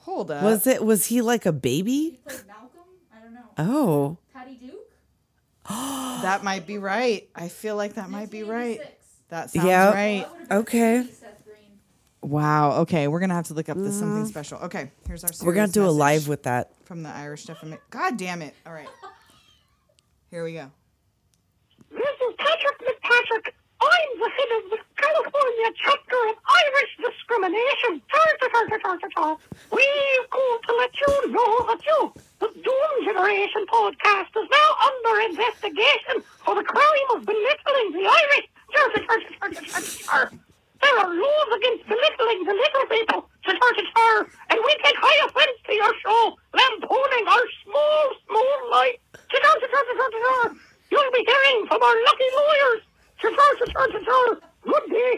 E: Hold up.
F: Was it was he like a
G: He
F: baby?
G: played Malcolm. I don't know.
F: Oh,
G: Patty Duke.
E: that might be right. I feel like that might be right.
G: 1986.
E: That sounds
F: Yep.
E: right.
G: That would've been
F: okay.
G: Seth Green.
E: Wow. Okay, we're gonna have to look up this something special. Okay, here's our.
F: Mm. We're gonna do a
E: serious message
F: live with that.
E: from the Irish defamation. God damn it! All right, here we go.
I: Mrs. Patrick McPatrick, I'm the head of the California chapter of Irish discrimination. We called to let you know that you, the Doom Generation podcast, is now under investigation for the crime of belittling the Irish. There are laws against belittling the little people, and we take high offense to your show, lampooning our small, small life. You'll be hearing from our lucky lawyers. Good day.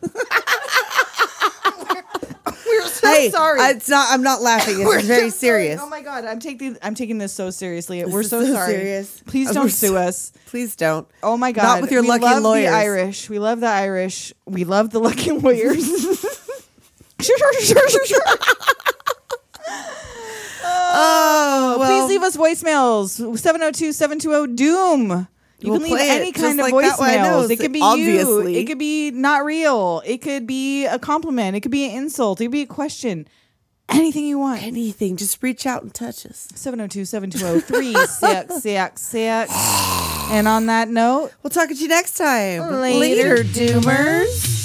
E: We're so
F: hey,
E: sorry.
F: It's not. I'm not laughing.
E: We're
F: It's very
E: so sorry.
F: serious.
E: Oh my god, I'm taking I'm taking this so seriously. We're
F: is
E: so,
F: so
E: sorry.
F: serious.
E: Please
F: Uh,
E: don't
F: we're
E: sue
F: so-
E: us.
F: Please don't.
E: Oh my god.
F: Not with your
E: we
F: lucky
E: love
F: lawyers.
E: The Irish. We love the Irish. We love the lucky lawyers. sure, sure, sure, sure, sure.
F: Oh, well,
E: Uh, Please leave us voicemails 702 720 Doom. You
F: We'll
E: can leave
F: play it
E: any
F: just
E: kind of
F: like that one. I know,
E: voicemails. It
F: so
E: could be
F: obviously.
E: you. It could be not real. It could be a compliment. It could be an insult. It could be a question. Anything you want.
F: anything. Just reach out and touch us.
E: 702 720 3666. And on that note,
F: We'll talk to you next time.
E: Later,
F: doomers.